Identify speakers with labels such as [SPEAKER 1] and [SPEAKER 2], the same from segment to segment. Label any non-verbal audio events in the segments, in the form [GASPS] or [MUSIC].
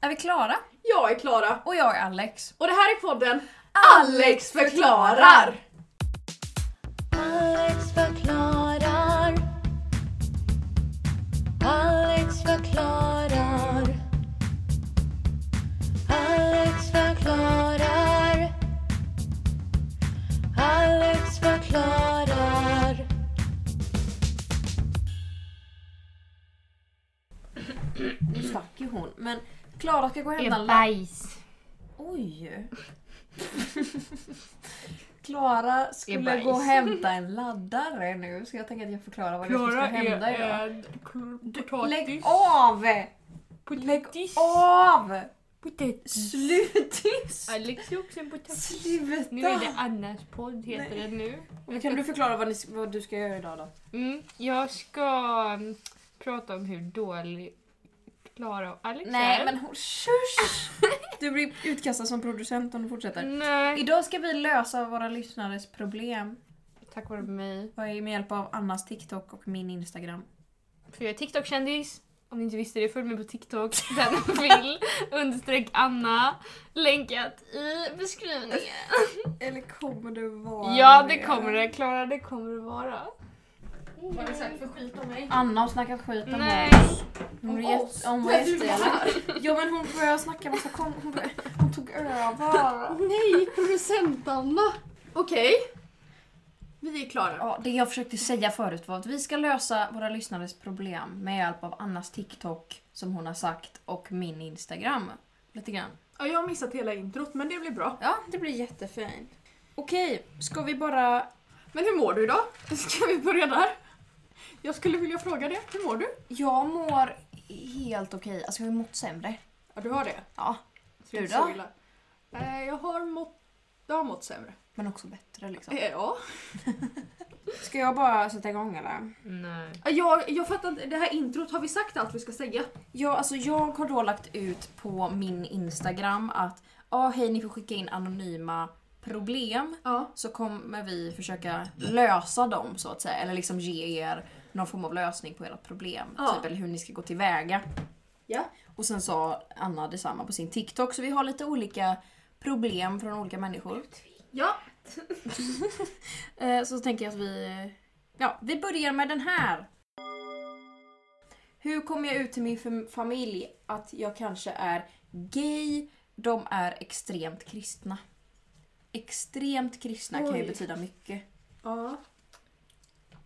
[SPEAKER 1] Är vi klara?
[SPEAKER 2] Jag är Klara
[SPEAKER 1] Och jag är Alex.
[SPEAKER 2] och det här är podden
[SPEAKER 1] Alex förklarar.
[SPEAKER 3] Alex förklarar. Alex förklarar. Alex förklarar. Alex förklarar.
[SPEAKER 1] Nu stack ju hon. Men Klara ska gå och hämta
[SPEAKER 4] är
[SPEAKER 1] en lampa.
[SPEAKER 4] bajs.
[SPEAKER 1] Oj! [LAUGHS] Klara skulle
[SPEAKER 4] bajs.
[SPEAKER 1] gå och hämta en laddare nu. Ska jag tänka att jag förklarar vad det är som ska
[SPEAKER 2] Klara är
[SPEAKER 1] hända idag?
[SPEAKER 2] äd,
[SPEAKER 1] Lägg
[SPEAKER 2] potatis.
[SPEAKER 1] av! Lägg
[SPEAKER 2] Potatis.
[SPEAKER 1] av!
[SPEAKER 2] Potatis.
[SPEAKER 1] Slutis!
[SPEAKER 4] Alex är också en potatis. Nu är det
[SPEAKER 1] Sluta!
[SPEAKER 4] Annas podd heter
[SPEAKER 1] Nej.
[SPEAKER 4] den nu.
[SPEAKER 1] Men Kan du förklara vad, ni, vad du ska göra idag då?
[SPEAKER 4] Mm, jag ska mm, prata om hur dålig Klara och Alex
[SPEAKER 1] Nej
[SPEAKER 4] är.
[SPEAKER 1] men hon... Shush! Du blir utkastad som producent om du fortsätter.
[SPEAKER 4] Nej.
[SPEAKER 1] Idag ska vi lösa våra lyssnares problem
[SPEAKER 4] Tack vare mig.
[SPEAKER 1] Vad är med hjälp av Annas TikTok och min Instagram.
[SPEAKER 4] För jag är TikTok-kändis. Om ni inte visste det, följ mig på TikTok. [LAUGHS] Den vill. Understreck Anna. Länkat i beskrivningen.
[SPEAKER 1] Eller kommer det vara
[SPEAKER 4] Ja, det kommer det. Klara, det kommer det vara.
[SPEAKER 2] Vad har du sagt för skit om mig?
[SPEAKER 1] Anna har snackat skit om
[SPEAKER 4] Nej.
[SPEAKER 1] oss. Hon
[SPEAKER 2] Om
[SPEAKER 1] var jätte-
[SPEAKER 2] oss?
[SPEAKER 1] Hon var
[SPEAKER 2] När du
[SPEAKER 1] jätteelak. [LAUGHS] Ja men hon började snacka massa kom... Hon, började... hon tog över.
[SPEAKER 2] Nej, producent-Anna! Okej. Vi är klara.
[SPEAKER 1] Ja, det jag försökte säga förut var att vi ska lösa våra lyssnares problem med hjälp av Annas TikTok som hon har sagt och min Instagram. Lite grann.
[SPEAKER 2] Ja, jag har missat hela introt men det blir bra.
[SPEAKER 1] Ja, det blir jättefint. Okej, ska vi bara...
[SPEAKER 2] Men hur mår du idag? [LAUGHS] Ska vi börja där? Jag skulle vilja fråga det. Hur mår du?
[SPEAKER 1] Jag mår helt okej. Alltså jag har ju mått sämre.
[SPEAKER 2] Ja, du har det.
[SPEAKER 1] Ja,
[SPEAKER 2] Så det är
[SPEAKER 1] Du
[SPEAKER 2] inte så
[SPEAKER 1] då?
[SPEAKER 2] illa. Eh, Jag har mått... Jag har mått sämre.
[SPEAKER 1] men också bättre liksom.
[SPEAKER 2] Eh, Ja.
[SPEAKER 1] Ska jag bara sätta igång eller?
[SPEAKER 4] Nej.
[SPEAKER 2] Jag, jag fattar inte, det här introt, har vi sagt allt vi ska säga?
[SPEAKER 1] Ja, alltså jag har då lagt ut på min Instagram att ja, hej ni får skicka in anonyma problem
[SPEAKER 2] Ja.
[SPEAKER 1] så kommer vi försöka lösa dem så att säga. Eller liksom ge er någon form av lösning på ert problem.
[SPEAKER 2] Ja.
[SPEAKER 1] Typ, eller hur ni ska gå tillväga.
[SPEAKER 2] Ja.
[SPEAKER 1] Och sen sa Anna detsamma på sin TikTok så vi har lite olika problem från olika människor.
[SPEAKER 2] Ja.
[SPEAKER 1] Eh, Så tänker jag att vi... eh, Ja, vi börjar med den här. Hur kom jag ut till min fam- familj att jag kanske är gay? De är extremt kristna. Extremt kristna kan ju
[SPEAKER 2] Oj.
[SPEAKER 1] betyda mycket.
[SPEAKER 2] Ja.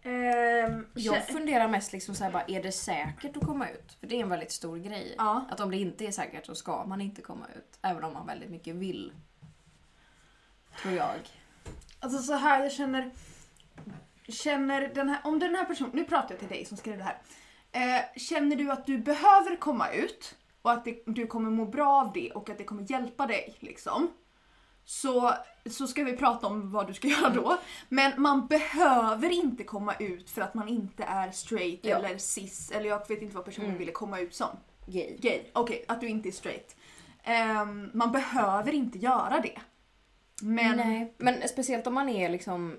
[SPEAKER 2] Ehm,
[SPEAKER 1] Jag
[SPEAKER 2] kä-
[SPEAKER 1] funderar mest liksom så här bara, är det säkert att komma ut? För det är en väldigt stor grej.
[SPEAKER 2] Ja.
[SPEAKER 1] Att om det inte är säkert så ska man inte komma ut. Även om man väldigt mycket vill. Tror jag.
[SPEAKER 2] Alltså så här, jag känner... Känner den här, om den här personen, nu pratar jag till dig som skrev det här. Eh, känner du att du behöver komma ut och att det, du kommer må bra av det och att det kommer hjälpa dig liksom. Så, så ska vi prata om vad du ska göra då. Men man behöver inte komma ut för att man inte är straight
[SPEAKER 1] Ja. Mm.
[SPEAKER 2] eller cis eller jag vet inte vad personen ville komma ut som.
[SPEAKER 1] Gay.
[SPEAKER 2] Gay, okej att du inte är straight. Ehm, man behöver inte göra det. Men
[SPEAKER 1] Nej, men speciellt om man är liksom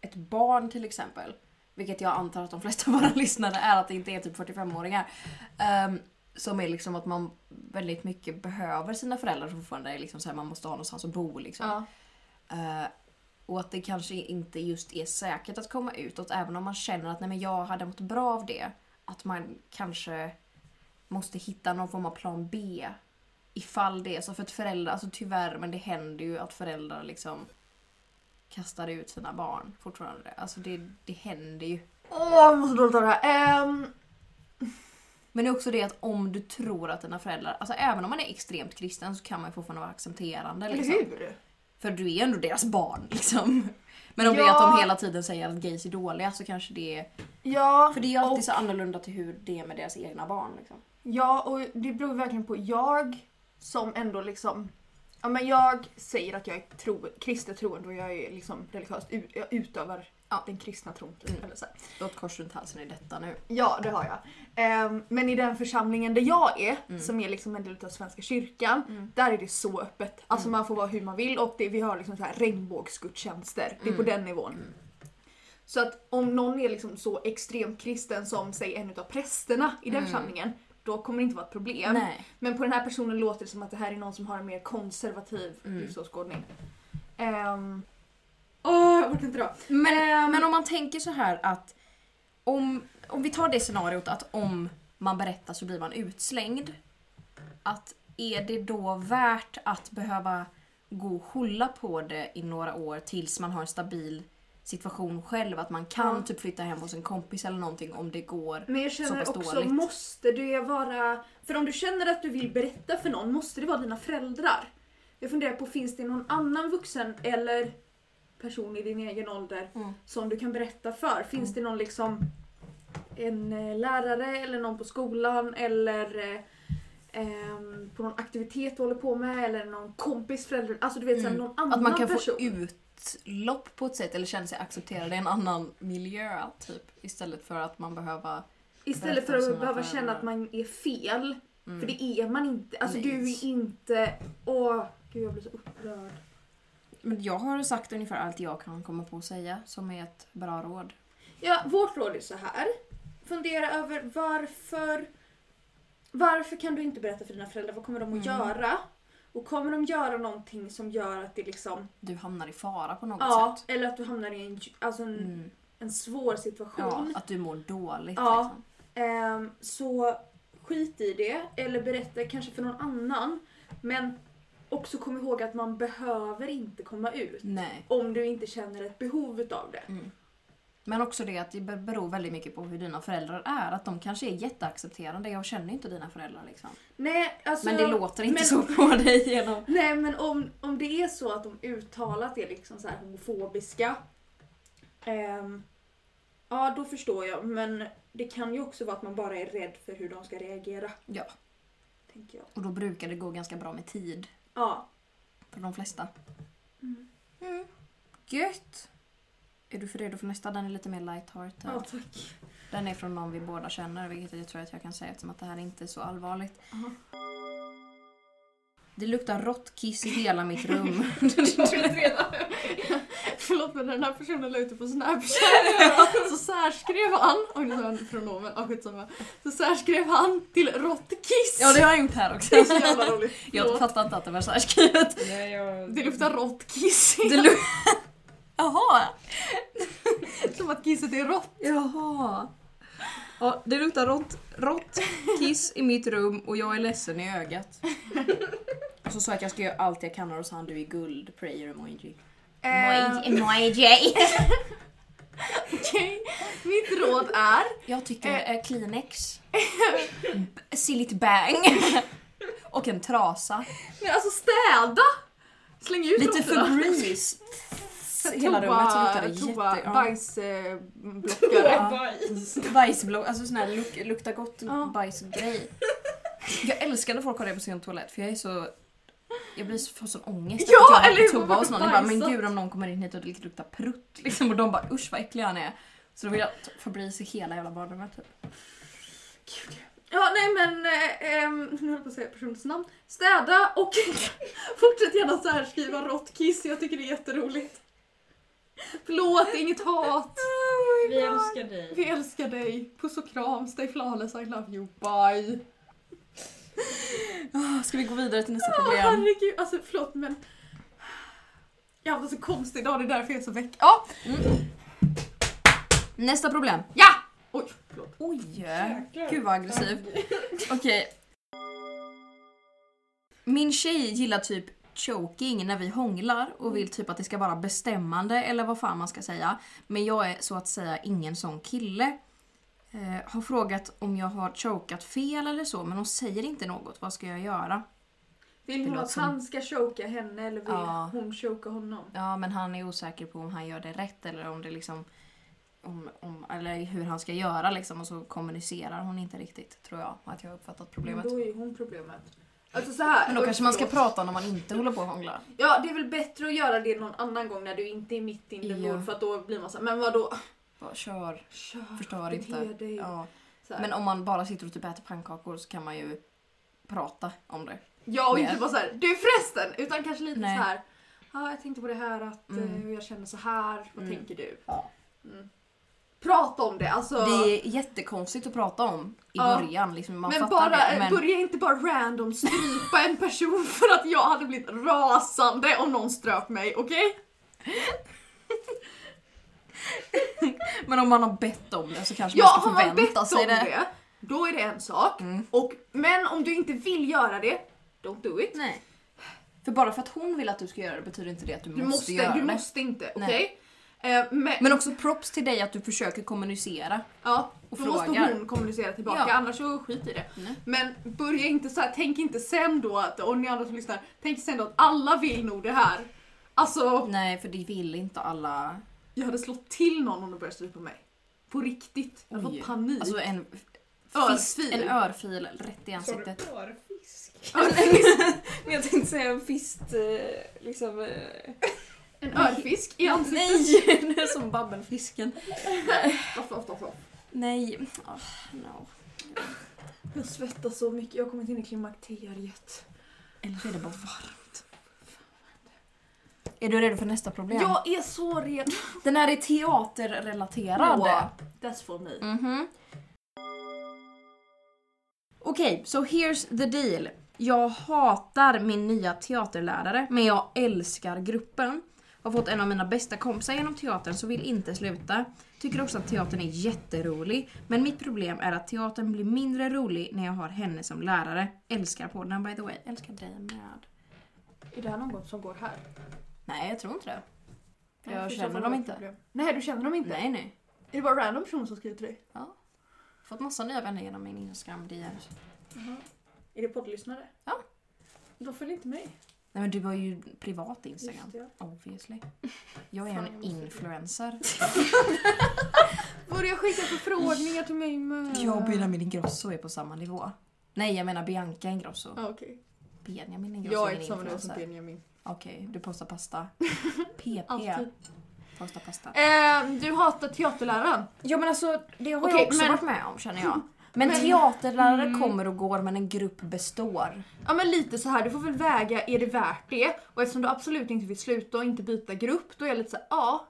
[SPEAKER 1] ett barn till exempel. Vilket jag antar att de flesta av våra [LAUGHS] lyssnare är, att det inte är typ 45-åringar. ehm, som är liksom att man väldigt mycket behöver sina föräldrar fortfarande. är Liksom så här, man måste ha någonstans att bo liksom.
[SPEAKER 2] ja.
[SPEAKER 1] Eh, och att det kanske inte just är säkert att komma utåt även om man känner att nej men jag hade mått bra av det. Att man kanske måste hitta någon form av plan B. Ifall det är så. För att föräldrar, alltså tyvärr, men det händer ju att föräldrar liksom kastar ut sina barn fortfarande. Alltså det, det händer ju.
[SPEAKER 2] Åh, jag mår så dåligt av det här. Ehm,
[SPEAKER 1] Men det är också det att om du tror att dina föräldrar, alltså även om man är extremt kristen så kan man ju fortfarande vara accepterande.
[SPEAKER 2] eller
[SPEAKER 1] Liksom.
[SPEAKER 2] hur?
[SPEAKER 1] För du är ändå deras barn liksom. Men om det är
[SPEAKER 2] Ja.
[SPEAKER 1] att de hela tiden säger att gays är dåliga så kanske det är...
[SPEAKER 2] Ja,
[SPEAKER 1] För det är ju alltid
[SPEAKER 2] och,
[SPEAKER 1] så annorlunda till hur det är med deras egna barn. Liksom.
[SPEAKER 2] ja, och det beror verkligen på jag som ändå liksom... Ja, men jag säger att jag är tro, kristet troende och jag är liksom religiöst ut, jag utövar
[SPEAKER 1] Ja.
[SPEAKER 2] den kristna tron. Typ,
[SPEAKER 1] Mm.
[SPEAKER 2] eller så här.
[SPEAKER 1] Du har ett kors runt halsen i detta nu.
[SPEAKER 2] Ja, det har jag. Ehm, men i den församlingen där jag är,
[SPEAKER 1] Mm.
[SPEAKER 2] som är liksom en del av Svenska kyrkan,
[SPEAKER 1] Mm.
[SPEAKER 2] där är det så öppet. Alltså
[SPEAKER 1] Mm.
[SPEAKER 2] man får vara hur man vill och det, vi har liksom så här regnbågsgudstjänster. Det är på
[SPEAKER 1] Mm.
[SPEAKER 2] den nivån.
[SPEAKER 1] Mm.
[SPEAKER 2] Så att om någon är liksom så extremt kristen som säg en av prästerna i den
[SPEAKER 1] Mm.
[SPEAKER 2] församlingen, då kommer det inte vara ett problem.
[SPEAKER 1] Nej.
[SPEAKER 2] Men på den här personen låter det som att det här är någon som har en mer konservativ
[SPEAKER 1] Mm.
[SPEAKER 2] livsåskådning. Ehm, Åh, jag orkar inte dra.
[SPEAKER 1] Men,
[SPEAKER 2] Ehm.
[SPEAKER 1] men om man tänker så här att om, om vi tar det scenariot att om man berättar så blir man utslängd. Att är det då värt att behöva gå och hålla på det i några år tills man har en stabil situation själv? Att man kan
[SPEAKER 2] Ja.
[SPEAKER 1] typ flytta hem hos en kompis eller någonting om det går.
[SPEAKER 2] Men jag
[SPEAKER 1] Så
[SPEAKER 2] känner
[SPEAKER 1] pass
[SPEAKER 2] också,
[SPEAKER 1] dåligt.
[SPEAKER 2] måste det vara... För om du känner att du vill berätta för någon, måste det vara dina föräldrar? Jag funderar på, finns det någon annan vuxen eller person i din egen ålder
[SPEAKER 1] Mm.
[SPEAKER 2] som du kan berätta för? Finns det någon liksom en eh, lärare eller någon på skolan eller eh, ehm, på någon aktivitet du håller på med eller någon kompis förälder, alltså du vet såhär,
[SPEAKER 1] Mm.
[SPEAKER 2] någon annan
[SPEAKER 1] Att man kan
[SPEAKER 2] person.
[SPEAKER 1] få utlopp på ett sätt eller känna sig accepterad i en annan miljö typ. Istället för att man behöver...
[SPEAKER 2] Istället
[SPEAKER 1] berätta
[SPEAKER 2] för
[SPEAKER 1] för
[SPEAKER 2] att
[SPEAKER 1] sina
[SPEAKER 2] behöva känna
[SPEAKER 1] föräldrar.
[SPEAKER 2] att man är fel
[SPEAKER 1] Mm.
[SPEAKER 2] För det är man inte. Alltså
[SPEAKER 1] Nej.
[SPEAKER 2] du är inte... Åh, gud jag blir så upprörd.
[SPEAKER 1] Men jag har sagt ungefär allt jag kan komma på att säga som är ett bra råd.
[SPEAKER 2] Ja, vårt råd är så här. Fundera över varför... Varför kan du inte berätta för dina föräldrar? Vad kommer de att
[SPEAKER 1] Mm.
[SPEAKER 2] göra? Och kommer de göra någonting som gör att det liksom...
[SPEAKER 1] Du hamnar i fara på något
[SPEAKER 2] Ja,
[SPEAKER 1] sätt.
[SPEAKER 2] eller att du hamnar i en, alltså en,
[SPEAKER 1] Mm.
[SPEAKER 2] en svår
[SPEAKER 1] Ja,
[SPEAKER 2] situation.
[SPEAKER 1] att du mår dåligt
[SPEAKER 2] Ja.
[SPEAKER 1] liksom.
[SPEAKER 2] Ehm, så skit i det, eller berätta kanske för någon annan. Men också kom ihåg att man behöver inte komma ut.
[SPEAKER 1] Nej.
[SPEAKER 2] om du inte känner ett behov utav det.
[SPEAKER 1] Mm. Men också det att det be- beror väldigt mycket på hur dina föräldrar är. Att de kanske är jätteaccepterande. Jag känner ju inte dina föräldrar liksom.
[SPEAKER 2] Nej, alltså,
[SPEAKER 1] Men det låter inte
[SPEAKER 2] men-
[SPEAKER 1] så på dig genom...
[SPEAKER 2] nej, men om, om det är så att de uttalat är liksom så här homofobiska. ehm, ja, då förstår jag. Men det kan ju också vara att man bara är rädd för hur de ska reagera.
[SPEAKER 1] Ja.
[SPEAKER 2] Tänker jag.
[SPEAKER 1] Och då brukar det gå ganska bra med tid.
[SPEAKER 2] Ja.
[SPEAKER 1] För de flesta.
[SPEAKER 2] Mm.
[SPEAKER 1] Mm. Gött! Är du för redo för nästa? Den är lite mer lighthearted.
[SPEAKER 2] ja, tack.
[SPEAKER 1] Den är från någon vi båda känner, vilket jag tror att jag kan säga eftersom att det här inte är så allvarligt.
[SPEAKER 2] Aha.
[SPEAKER 1] Det luktar råttkiss i hela mitt
[SPEAKER 2] [LAUGHS]
[SPEAKER 1] rum.
[SPEAKER 2] Förlåt men den här personen la ut det på [LAUGHS] snapchat så särskrev han, oj nu sa jag pronomen, ja skitsamma. Så särskrev han till råttkiss.
[SPEAKER 1] ja, det har jag gjort här också.
[SPEAKER 2] Det är så [LAUGHS] jävla roligt.
[SPEAKER 1] Jag fattar inte att det var så här skrivet.
[SPEAKER 4] [LAUGHS]
[SPEAKER 2] Det luktar rått kiss.
[SPEAKER 1] Det luk- Jaha!
[SPEAKER 2] Som att kisset är rått.
[SPEAKER 1] Jaha. Ja, det luktar rått, rått kiss i mitt rum och jag är ledsen i
[SPEAKER 2] [LAUGHS]
[SPEAKER 1] ögat. Och så sa jag att jag ska göra allt jag kan och då sa han du är guld, prayer emoji. Emoji!
[SPEAKER 2] Eh. [LAUGHS] Okej, mitt råd är...
[SPEAKER 1] Jag tycker eh,
[SPEAKER 2] [LAUGHS]
[SPEAKER 1] Kleenex, B- Silly Bang och en trasa.
[SPEAKER 2] Men alltså städa! Släng ut
[SPEAKER 1] Lite
[SPEAKER 2] råttorna.
[SPEAKER 1] för
[SPEAKER 2] [LAUGHS]
[SPEAKER 1] grease. Hela
[SPEAKER 2] Toa-
[SPEAKER 1] rummet så luktar det jätte...
[SPEAKER 2] Toa,
[SPEAKER 1] ja.
[SPEAKER 2] bajsblockare.
[SPEAKER 1] Bajsblå, alltså sån här luk, lukta gott
[SPEAKER 2] Ja.
[SPEAKER 1] bajsgrej. Jag älskar när folk har det på sin toalett för jag är så... Jag blir så, får sån ångest
[SPEAKER 2] Ja,
[SPEAKER 1] att jag har
[SPEAKER 2] eller hur?
[SPEAKER 1] toa hos någon. Jag bara, men
[SPEAKER 2] Bajsat.
[SPEAKER 1] gud om någon kommer in hit och det luktar prutt liksom och de bara usch vad äcklig han är. Så då vill jag t- få bris i hela jävla badrummet typ.
[SPEAKER 2] Gud. Ja, nej men... Eh, ehm, nu höll jag på att säga personens namn. Städa och [LAUGHS] fortsätt gärna så här skriva rått kiss. Jag tycker det är jätteroligt. Förlåt, det är
[SPEAKER 1] [LAUGHS]
[SPEAKER 2] inget hat.
[SPEAKER 1] Oh
[SPEAKER 5] Vi älskar dig.
[SPEAKER 2] Vi älskar dig. Puss och kram. Stay flawless, I love you. Bye.
[SPEAKER 1] Ah, Ska vi gå vidare till nästa
[SPEAKER 2] Ja, [LAUGHS]
[SPEAKER 1] problem?
[SPEAKER 2] herregud. Alltså förlåt men... Jag har haft en så konstig dag, det är därför jag är så väck. Ja!
[SPEAKER 1] Nästa problem.
[SPEAKER 2] Ja! Oj, förlåt.
[SPEAKER 1] Oj!
[SPEAKER 5] Jäklar.
[SPEAKER 1] Gud vad aggressiv. Okej. Min tjej gillar typ choking när vi hånglar och vill typ att det ska vara bestämmande eller vad fan man ska säga. Men jag är så att säga ingen sån kille. Eh, har frågat om jag har chokat fel eller så men hon säger inte något. Vad ska jag göra?
[SPEAKER 2] Vill
[SPEAKER 1] Det
[SPEAKER 2] hon
[SPEAKER 1] låter
[SPEAKER 2] att
[SPEAKER 1] som-
[SPEAKER 2] han ska choka henne eller vill
[SPEAKER 1] Ja.
[SPEAKER 2] hon choka honom?
[SPEAKER 1] Ja men han är osäker på om han gör det rätt eller om det liksom om, om, eller hur han ska göra liksom och så kommunicerar hon inte riktigt tror jag att jag har uppfattat problemet.
[SPEAKER 2] Men då är ju hon problemet. Alltså så här.
[SPEAKER 1] Men då
[SPEAKER 2] oj,
[SPEAKER 1] kanske man ska
[SPEAKER 2] förlåt.
[SPEAKER 1] prata när man inte håller på och hånglar.
[SPEAKER 2] Ja, det är väl bättre att göra det någon annan gång när du inte är mitt in the
[SPEAKER 1] Ja.
[SPEAKER 2] mood för att då blir man såhär, men vadå?
[SPEAKER 1] Bara kör,
[SPEAKER 2] Kör,
[SPEAKER 1] förstör
[SPEAKER 2] bete
[SPEAKER 1] inte.
[SPEAKER 2] dig.
[SPEAKER 1] Ja.
[SPEAKER 2] Så här.
[SPEAKER 1] Men om man bara sitter och typ äter pannkakor så kan man ju prata om det.
[SPEAKER 2] Ja, och inte
[SPEAKER 1] Med-
[SPEAKER 2] bara såhär, du förresten! Utan kanske lite
[SPEAKER 1] Nej.
[SPEAKER 2] såhär, ja jag tänkte på det här att
[SPEAKER 1] Mm.
[SPEAKER 2] eh, hur jag känner så här, vad
[SPEAKER 1] Mm.
[SPEAKER 2] tänker du?
[SPEAKER 1] Ja.
[SPEAKER 2] Mm. prata om det. Alltså,
[SPEAKER 1] Det är jättekonstigt att prata om i
[SPEAKER 2] Ja.
[SPEAKER 1] början. Liksom, man
[SPEAKER 2] men
[SPEAKER 1] fattar
[SPEAKER 2] bara,
[SPEAKER 1] det. Men
[SPEAKER 2] börja inte bara random strypa en person [LAUGHS] för att jag hade blivit rasande om någon ströp mig, okej?
[SPEAKER 1] Men om man har bett om det så kanske
[SPEAKER 2] Ja,
[SPEAKER 1] man ska
[SPEAKER 2] har man bett
[SPEAKER 1] förvänta
[SPEAKER 2] om
[SPEAKER 1] sig
[SPEAKER 2] det.
[SPEAKER 1] det.
[SPEAKER 2] då är det en sak.
[SPEAKER 1] Mm.
[SPEAKER 2] Och, men om du inte vill göra det, don't do it.
[SPEAKER 1] Nej. För bara för att hon vill att du ska göra det betyder inte det att du,
[SPEAKER 2] Du
[SPEAKER 1] måste,
[SPEAKER 2] måste,
[SPEAKER 1] göra
[SPEAKER 2] du
[SPEAKER 1] det.
[SPEAKER 2] måste inte,
[SPEAKER 1] Nej.
[SPEAKER 2] okej? Eh, men,
[SPEAKER 1] Men också props till dig att du försöker kommunicera.
[SPEAKER 2] ja,
[SPEAKER 1] och
[SPEAKER 2] då måste
[SPEAKER 1] frågar.
[SPEAKER 2] hon kommunicera tillbaka,
[SPEAKER 1] Ja.
[SPEAKER 2] annars så skit i det.
[SPEAKER 1] Nej.
[SPEAKER 2] Men börja inte så här, tänk inte sen då att, och ni andra som lyssnar, tänk sen då att alla vill nog det här. Alltså,
[SPEAKER 1] Nej, för det vill inte alla.
[SPEAKER 2] jag hade slått till någon om de började strypa mig. På riktigt. Jag hade
[SPEAKER 1] Oj.
[SPEAKER 2] fått panik.
[SPEAKER 1] Alltså en fist,
[SPEAKER 2] Örfil.
[SPEAKER 1] en örfil rätt i
[SPEAKER 5] Sa du
[SPEAKER 1] ansiktet.
[SPEAKER 5] årfisk?
[SPEAKER 1] Men jag tänkte säga en fist eh, liksom... eh,
[SPEAKER 2] en örfisk i ansiktet.
[SPEAKER 1] Nej! [LAUGHS] Det är som babbelfisken.
[SPEAKER 2] Off, off, off, off.
[SPEAKER 1] Nej. Ah, no.
[SPEAKER 2] Jag svettas så mycket, jag kommer inte in i klimakteriet.
[SPEAKER 1] Eller så är det bara varmt. Är du redo för nästa problem?
[SPEAKER 2] Jag är så redo.
[SPEAKER 1] Den här är teaterrelaterad.
[SPEAKER 2] That's for me.
[SPEAKER 1] Mhm. Okej, so here's the deal. Jag hatar min nya teaterlärare, men jag älskar gruppen. Har fått en av mina bästa kompisar genom teatern så vill inte sluta. Tycker också att teatern är jätterolig, men mitt problem är att teatern blir mindre rolig när jag har henne som lärare. Älskar podden by the way. Älskar dig med.
[SPEAKER 2] Är det här något som går här?
[SPEAKER 1] Nej, jag tror inte det. För jag
[SPEAKER 2] Nej, förstår
[SPEAKER 1] känner
[SPEAKER 2] vad
[SPEAKER 1] dem
[SPEAKER 2] det är
[SPEAKER 1] inte.
[SPEAKER 2] för problem. Nej, du känner dem inte?
[SPEAKER 1] Nej, nej.
[SPEAKER 2] Är det bara random personer som skriver till dig?
[SPEAKER 1] Fått massa nya vänner genom min Instagram DM.
[SPEAKER 2] Är det poddlyssnare?
[SPEAKER 1] Ja.
[SPEAKER 2] De följer inte mig.
[SPEAKER 1] Nej men du har ju privat Instagram.
[SPEAKER 2] Just det.
[SPEAKER 1] Obviously. Jag är
[SPEAKER 2] Fan, jag
[SPEAKER 1] en
[SPEAKER 2] måste-
[SPEAKER 1] influencer.
[SPEAKER 2] Börja skicka förfrågningar till mig med.
[SPEAKER 1] Benjamin Ingrosso är på samma nivå. Nej jag menar Bianca Ingrosso.
[SPEAKER 2] Ja, okej.
[SPEAKER 1] Benjamin Ingrosso
[SPEAKER 2] Jag
[SPEAKER 1] är
[SPEAKER 2] är
[SPEAKER 1] en
[SPEAKER 2] inte samma nivå som
[SPEAKER 1] influencer.
[SPEAKER 2] Benjamin.
[SPEAKER 1] Okej, du postar [LAUGHS] pasta. PP.
[SPEAKER 2] Alltid.
[SPEAKER 1] Postar pasta.
[SPEAKER 2] Eh, du hatar teaterläraren.
[SPEAKER 1] Ja men alltså det har
[SPEAKER 2] Okej,
[SPEAKER 1] jag också
[SPEAKER 2] men-
[SPEAKER 1] varit med om känner jag. [LAUGHS] Men, Mm. teaterlärare kommer och går men en grupp består.
[SPEAKER 2] Ja men lite så här, du får väl väga, är det värt det? Och eftersom du absolut inte vill sluta och inte byta grupp, då är jag lite så här, ja.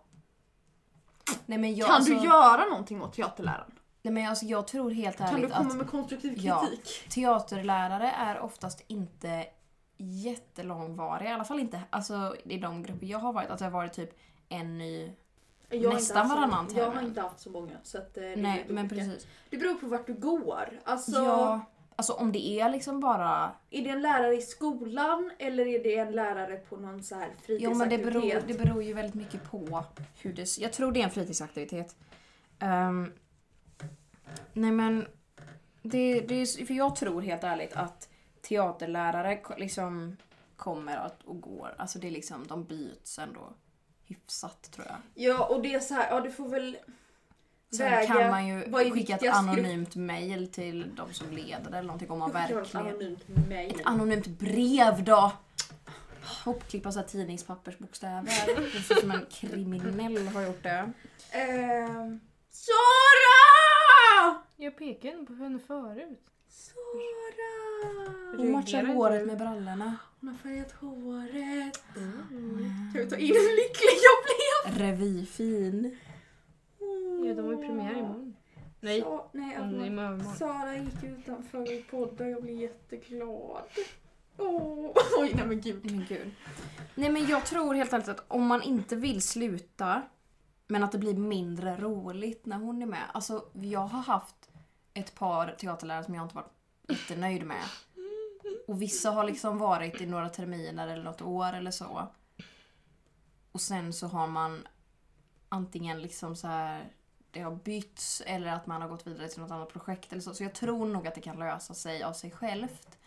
[SPEAKER 1] Nej men jag,
[SPEAKER 2] Kan
[SPEAKER 1] alltså,
[SPEAKER 2] du göra någonting åt teaterläraren?
[SPEAKER 1] nej, men alltså, jag tror helt
[SPEAKER 2] Kan du
[SPEAKER 1] ärligt
[SPEAKER 2] komma
[SPEAKER 1] att
[SPEAKER 2] med konstruktiv kritik?
[SPEAKER 1] Ja. Teaterlärare är oftast inte jättelångvariga, i alla fall inte alltså, i de grupper jag har varit. Att det har varit typ en ny...
[SPEAKER 2] Jag har inte
[SPEAKER 1] Nästan
[SPEAKER 2] haft så-
[SPEAKER 1] varannan
[SPEAKER 2] Jag
[SPEAKER 1] tävling.
[SPEAKER 2] har inte haft så många. Så att, eh, det är
[SPEAKER 1] Nej,
[SPEAKER 2] lite
[SPEAKER 1] men
[SPEAKER 2] olika.
[SPEAKER 1] precis.
[SPEAKER 2] Det beror på vart du går. Alltså,
[SPEAKER 1] Ja, alltså om det är liksom bara...
[SPEAKER 2] Är det en lärare i skolan eller är det en lärare på någon så här
[SPEAKER 1] Jo men det
[SPEAKER 2] fritidsaktivitet?
[SPEAKER 1] beror, det beror ju väldigt mycket på hur det... s- Jag tror det är en fritidsaktivitet. Ehm, nej men... Det, det är, s- för jag tror helt ärligt att teaterlärare ko- liksom kommer att, och går. Alltså det är liksom, de byts ändå hyfsat tror jag.
[SPEAKER 2] Ja och det är så här, ja du får väl
[SPEAKER 1] Sen
[SPEAKER 2] väga
[SPEAKER 1] kan man ju
[SPEAKER 2] vad
[SPEAKER 1] skicka
[SPEAKER 2] är
[SPEAKER 1] ett
[SPEAKER 2] viktigast grupp-
[SPEAKER 1] anonymt mail till de som leder eller någonting om man
[SPEAKER 2] Du får göra ett
[SPEAKER 1] verkligen...
[SPEAKER 2] anonymt mejl.
[SPEAKER 1] Anonymt brev då! Hopklippa så här
[SPEAKER 2] [LAUGHS]
[SPEAKER 1] tidningspappersbokstäver. Det ser ut som en kriminell har gjort det.
[SPEAKER 2] Ehm, Sara!
[SPEAKER 4] Jag pekade ändå på henne förut.
[SPEAKER 2] Sara!
[SPEAKER 1] Hon matchar
[SPEAKER 4] Reagerar
[SPEAKER 1] håret
[SPEAKER 4] inte.
[SPEAKER 1] med brallorna.
[SPEAKER 2] Hon har färgat håret.
[SPEAKER 4] Mm.
[SPEAKER 2] Kan vi ta in hur lycklig jag blev?
[SPEAKER 1] Revyfin.
[SPEAKER 4] Ja, de har ju premiär imorgon. Nej,
[SPEAKER 2] Sa- Mm, nej, att
[SPEAKER 4] om-
[SPEAKER 2] man-
[SPEAKER 4] imorgon.
[SPEAKER 2] Sara gick utanför podden, jag blev jätteglad. Åh, Oj, nej men gud.
[SPEAKER 1] Men gud. Nej men jag tror helt ärligt att om man inte vill sluta men att det blir mindre roligt när hon är med. Alltså jag har haft ett par teaterlärare som jag inte varit jättenöjd med. Och vissa har liksom varit i några terminer eller något år eller så. Och sen så har man antingen liksom så här det har bytts eller att man har gått vidare till något annat projekt eller så. Så jag tror nog att det kan lösa sig av sig självt.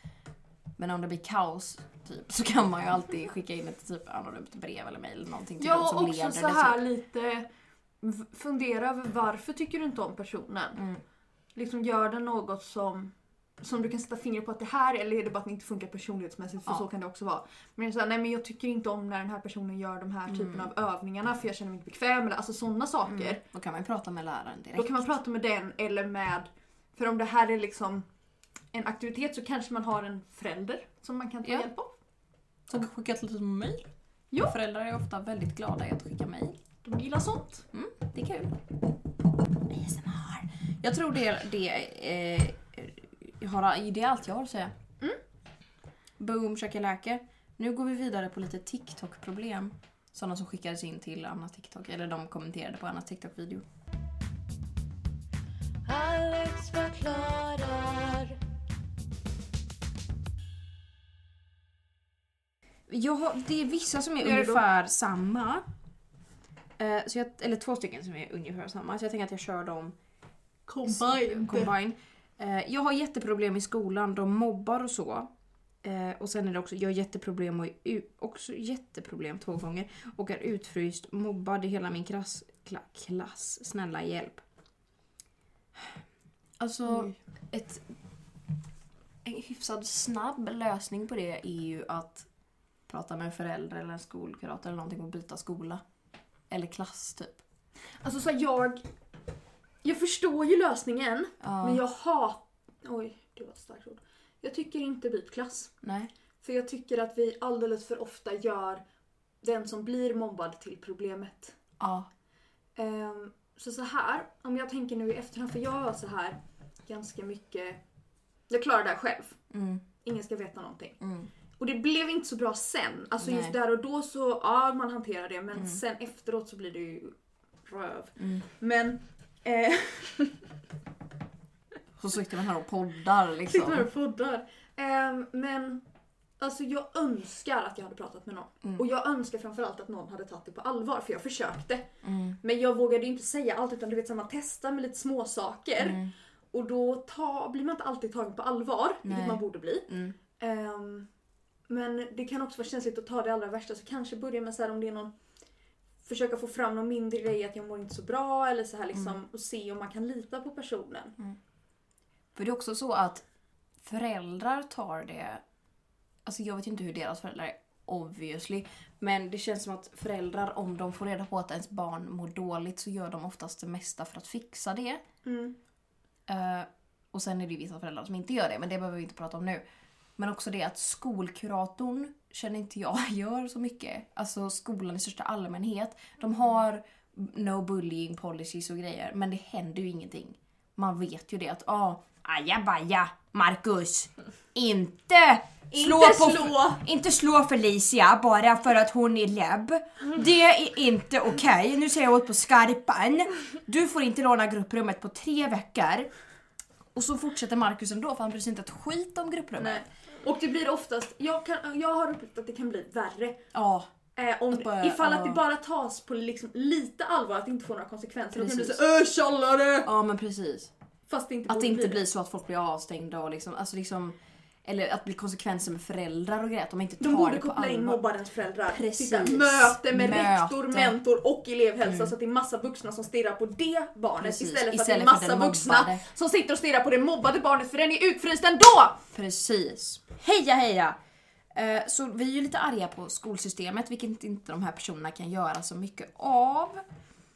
[SPEAKER 1] Men om det blir kaos typ så kan man ju alltid skicka in ett typ anonymt brev eller mejl eller någonting till
[SPEAKER 2] Jag
[SPEAKER 1] någon som
[SPEAKER 2] har också
[SPEAKER 1] leder typ.
[SPEAKER 2] så
[SPEAKER 1] eller
[SPEAKER 2] här lite v- fundera över varför tycker du inte om personen?
[SPEAKER 1] Mm.
[SPEAKER 2] Liksom gör den något som, som du kan sätta fingret på att det här eller är det bara att ni inte funkar personlighetsmässigt för
[SPEAKER 1] Ja.
[SPEAKER 2] så kan det också vara. Men jag, så här, nej, men jag tycker inte om när den här personen gör de här typen av övningarna för jag känner mig inte bekväm eller alltså sådana saker.
[SPEAKER 1] Mm. Då kan man ju prata med läraren direkt.
[SPEAKER 2] Då kan man prata med den eller med, för om det här är liksom en aktivitet så kanske man har en förälder som man kan ta
[SPEAKER 1] Ja.
[SPEAKER 2] hjälp av.
[SPEAKER 1] Som kan skicka ett litet mejl.
[SPEAKER 2] Ja.
[SPEAKER 1] Föräldrar är ofta väldigt glada i att skicka mejl.
[SPEAKER 2] De gillar sånt.
[SPEAKER 1] Det är kul.
[SPEAKER 5] ASMR. Jag tror det, det, eh, jag har, det är allt jag har att säga.
[SPEAKER 6] Mm.
[SPEAKER 5] Boom shakalaka. Nu går vi vidare på lite TikTok-problem. Sådana som skickades in till Annas TikTok, eller de kommenterade på Annas TikTok-video.
[SPEAKER 7] Alex förklarar.
[SPEAKER 5] Jag har, det är vissa som är
[SPEAKER 6] Gör det då.
[SPEAKER 5] ungefär samma. Eh, så jag, eller två stycken som är ungefär samma, så jag tänker att jag kör dem Typ.
[SPEAKER 2] Combined.
[SPEAKER 5] combine. Eh, jag har jätteproblem i skolan, de mobbar och så. Eh, och sen är det också, jag har jätteproblem och är u- också jätteproblem två gånger. Och är utfryst, mobbad i hela min klass. Kla, klass, snälla hjälp. Alltså,
[SPEAKER 2] Oj.
[SPEAKER 5] ett, en hyfsad snabb lösning på det är ju att prata med en förälder eller en skolkurator eller någonting och byta skola. Eller klass typ.
[SPEAKER 2] Alltså så här, jag... Jag förstår ju lösningen,
[SPEAKER 5] Ja,
[SPEAKER 2] men jag hatar... Oj, det var ett starkt ord. Jag tycker inte byt klass.
[SPEAKER 5] nej.
[SPEAKER 2] För jag tycker att vi alldeles för ofta gör den som blir mobbad till problemet.
[SPEAKER 5] Ja.
[SPEAKER 2] Ehm, så så här, om jag tänker nu i efterhand, för jag var så här ganska mycket... Jag klarar det här själv.
[SPEAKER 5] Mm,
[SPEAKER 2] Ingen ska veta någonting.
[SPEAKER 5] mm.
[SPEAKER 2] Och det blev inte så bra sen. Alltså
[SPEAKER 5] Nej.
[SPEAKER 2] just där och då så, ja man hanterar det men
[SPEAKER 5] Mm.
[SPEAKER 2] sen efteråt så blir det ju röv.
[SPEAKER 5] Mm.
[SPEAKER 2] Men... Eh, [LAUGHS]
[SPEAKER 5] Så sitter man här och poddar liksom.
[SPEAKER 2] Sitter här och poddar. Ehm, men alltså jag önskar att jag hade pratat med någon.
[SPEAKER 5] Mm.
[SPEAKER 2] Och jag önskar framförallt att någon hade tagit det på allvar för jag försökte.
[SPEAKER 5] Mm,
[SPEAKER 2] Men jag vågade ju inte säga allt utan du vet så här, man testar med lite småsaker.
[SPEAKER 5] mm,
[SPEAKER 2] Och då ta, blir man inte alltid tagen på allvar, vilket
[SPEAKER 5] Nej.
[SPEAKER 2] man borde bli.
[SPEAKER 5] mm.
[SPEAKER 2] Ehm, men det kan också vara känsligt att ta det allra värsta så kanske börja med så här om det är någon Försöka få fram någon mindre grej att jag mår inte så bra eller så här liksom
[SPEAKER 5] Mm.
[SPEAKER 2] och se om man kan lita på personen.
[SPEAKER 5] För det är också så att föräldrar tar det... Alltså jag vet ju inte hur deras föräldrar är obviously. Men det känns som att föräldrar om de får reda på att ens barn mår dåligt så gör de oftast det mesta för att fixa det.
[SPEAKER 2] Mm.
[SPEAKER 5] Eh, och sen är det ju vissa föräldrar som inte gör det, men det behöver vi inte prata om nu. Men också det att skolkuratorn känner inte jag [LAUGHS] gör så mycket. Alltså skolan i största allmänhet. De har no bullying policies och grejer, men det händer ju ingenting. Man vet ju det att ah, ajabaja Marcus, inte slå
[SPEAKER 2] Inte
[SPEAKER 5] på...
[SPEAKER 2] slå!
[SPEAKER 5] Inte slå Felicia bara för att hon är lebb. Det är inte okej. Nu säger jag åt på skarpan. Du får inte låna grupprummet på tre veckor. Och så fortsätter Marcus ändå för han bryr sig inte ett skit om grupprummet.
[SPEAKER 2] Nej. Och det blir oftast, jag, kan, jag har upplevt att det kan bli värre.
[SPEAKER 5] Ja,
[SPEAKER 2] Eh, om,
[SPEAKER 5] Att bara-
[SPEAKER 2] ifall att
[SPEAKER 5] ja.
[SPEAKER 2] det bara tas på liksom lite allvar, att det inte får några konsekvenser. Då kan det bli
[SPEAKER 5] Precis.
[SPEAKER 2] så "Öh, tjallare!
[SPEAKER 5] ja men precis.
[SPEAKER 2] Fast det inte
[SPEAKER 5] Att
[SPEAKER 2] borde
[SPEAKER 5] det inte
[SPEAKER 2] bli
[SPEAKER 5] blir så att folk blir avstängda och liksom, alltså liksom eller att bli konsekvenser med föräldrar och grejer, att de inte tar
[SPEAKER 2] De borde
[SPEAKER 5] det på
[SPEAKER 2] koppla in
[SPEAKER 5] allvar.
[SPEAKER 2] mobbarens föräldrar.
[SPEAKER 5] Precis.
[SPEAKER 2] Titta, möte med
[SPEAKER 5] Möte.
[SPEAKER 2] rektor, mentor och elevhälsa
[SPEAKER 5] Mm.
[SPEAKER 2] så att det är massa vuxna som stirrar på det barnet
[SPEAKER 5] Precis,
[SPEAKER 2] istället för att det är
[SPEAKER 5] istället för
[SPEAKER 2] massa
[SPEAKER 5] den
[SPEAKER 2] vuxna
[SPEAKER 5] mobbade.
[SPEAKER 2] som sitter och stirrar på det mobbade barnet för den är utfryst ändå!
[SPEAKER 5] Precis. Heja heja! Eh, Så vi är ju lite arga på skolsystemet vilket inte de här personerna kan göra så mycket av.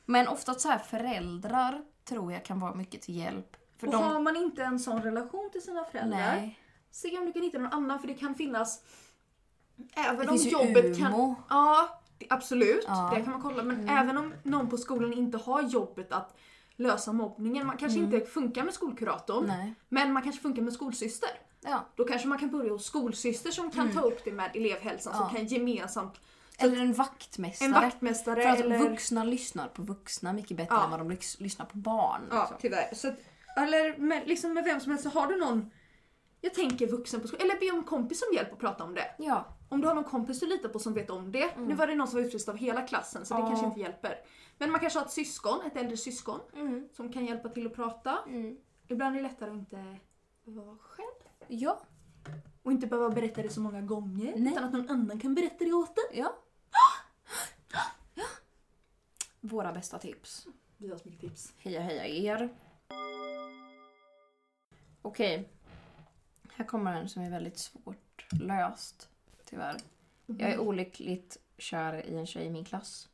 [SPEAKER 5] Men oftast så här föräldrar tror jag kan vara mycket till hjälp. För
[SPEAKER 2] och
[SPEAKER 5] de...
[SPEAKER 2] har man inte en sån relation till sina föräldrar,
[SPEAKER 5] Nej.
[SPEAKER 2] se om du kan hitta någon annan för det kan finnas Även
[SPEAKER 5] Det
[SPEAKER 2] om
[SPEAKER 5] finns ju
[SPEAKER 2] jobbet kan...
[SPEAKER 5] UMO.
[SPEAKER 2] Ja, det, absolut.
[SPEAKER 5] Ja. Mm.
[SPEAKER 2] Det kan man kolla. Men även om någon på skolan inte har jobbet att lösa mobbningen. Man kanske inte funkar med skolkuratorn.
[SPEAKER 5] Mm. Nej.
[SPEAKER 2] Men man kanske funkar med skolsyster.
[SPEAKER 5] Ja. Mm.
[SPEAKER 2] Då kanske man kan börja hos skolsyster som kan ta upp det med elevhälsan som
[SPEAKER 5] Ja.
[SPEAKER 2] kan gemensamt,
[SPEAKER 5] Eller en vaktmästare.
[SPEAKER 2] en vaktmästare
[SPEAKER 5] För att
[SPEAKER 2] eller...
[SPEAKER 5] vuxna lyssnar på vuxna mycket bättre
[SPEAKER 2] Ja.
[SPEAKER 5] än vad de lys- lyssnar på barn.
[SPEAKER 2] ja,
[SPEAKER 5] liksom.
[SPEAKER 2] tyvärr. Så att, eller med, liksom med vem som helst, så har du någon, jag tänker vuxen på skolan, eller be om kompis om hjälp och prata om det.
[SPEAKER 5] ja.
[SPEAKER 2] Om du har någon kompis du litar på som vet om det.
[SPEAKER 1] Mm.
[SPEAKER 2] Nu var det någon som var utfryst av hela klassen så det
[SPEAKER 5] Ja.
[SPEAKER 2] kanske inte hjälper. Men man kanske har ett syskon, ett äldre syskon som kan hjälpa till att prata. Ibland är det lättare att inte vara själv.
[SPEAKER 5] Ja.
[SPEAKER 2] Och inte behöva berätta det så många gånger
[SPEAKER 5] Nej.
[SPEAKER 2] utan att någon annan kan berätta det åt en.
[SPEAKER 5] Ja. Våra bästa tips.
[SPEAKER 2] Vi har så mycket tips.
[SPEAKER 5] Heja heja er. Okej. Här kommer en som är väldigt svårt löst. Tyvärr. Jag är olyckligt kär i en tjej i min klass.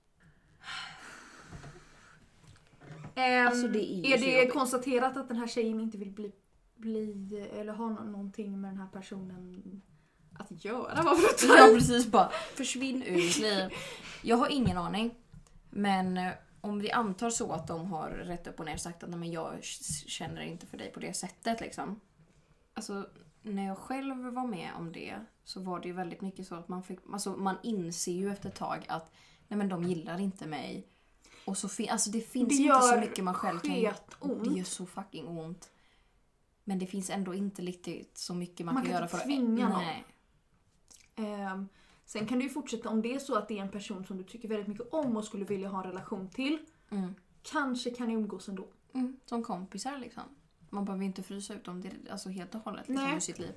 [SPEAKER 2] Ehm,
[SPEAKER 5] Alltså, det är ju
[SPEAKER 2] är
[SPEAKER 5] så
[SPEAKER 2] det
[SPEAKER 5] jobbigt.
[SPEAKER 2] konstaterat att den här tjejen inte vill bli, bli eller ha nå- någonting med den här personen att göra? Varför
[SPEAKER 1] [LAUGHS]
[SPEAKER 2] att
[SPEAKER 5] Jag precis bara försvinn ur mitt liv. Jag har ingen aning. Men eh,
[SPEAKER 1] om vi antar så att de har rätt upp och ner sagt att Nej, men jag k- känner inte för dig på det sättet liksom. Alltså när jag själv var med om det så var det ju väldigt mycket så att man fick, alltså man inser ju efter ett tag att nej men de gillar inte mig. Och så fin- alltså det finns
[SPEAKER 2] Det
[SPEAKER 1] inte så
[SPEAKER 2] gör
[SPEAKER 1] mycket man själv kan göra.
[SPEAKER 2] Sketont.
[SPEAKER 1] Det gör så fucking ont. Men det finns ändå inte riktigt så mycket man,
[SPEAKER 2] Man
[SPEAKER 1] kan
[SPEAKER 2] kan
[SPEAKER 1] göra
[SPEAKER 2] inte
[SPEAKER 1] för
[SPEAKER 2] tvinga någon.
[SPEAKER 1] Nej.
[SPEAKER 2] Ehm, sen kan du ju fortsätta om det är så att det är en person som du tycker väldigt mycket om och skulle vilja ha en relation till.
[SPEAKER 1] Mm.
[SPEAKER 2] Kanske kan ni umgås ändå.
[SPEAKER 1] Mm. Som kompisar liksom. Man behöver ju inte frysa ut dem det, alltså helt och hållet liksom,
[SPEAKER 2] Nej.
[SPEAKER 1] ur sitt liv.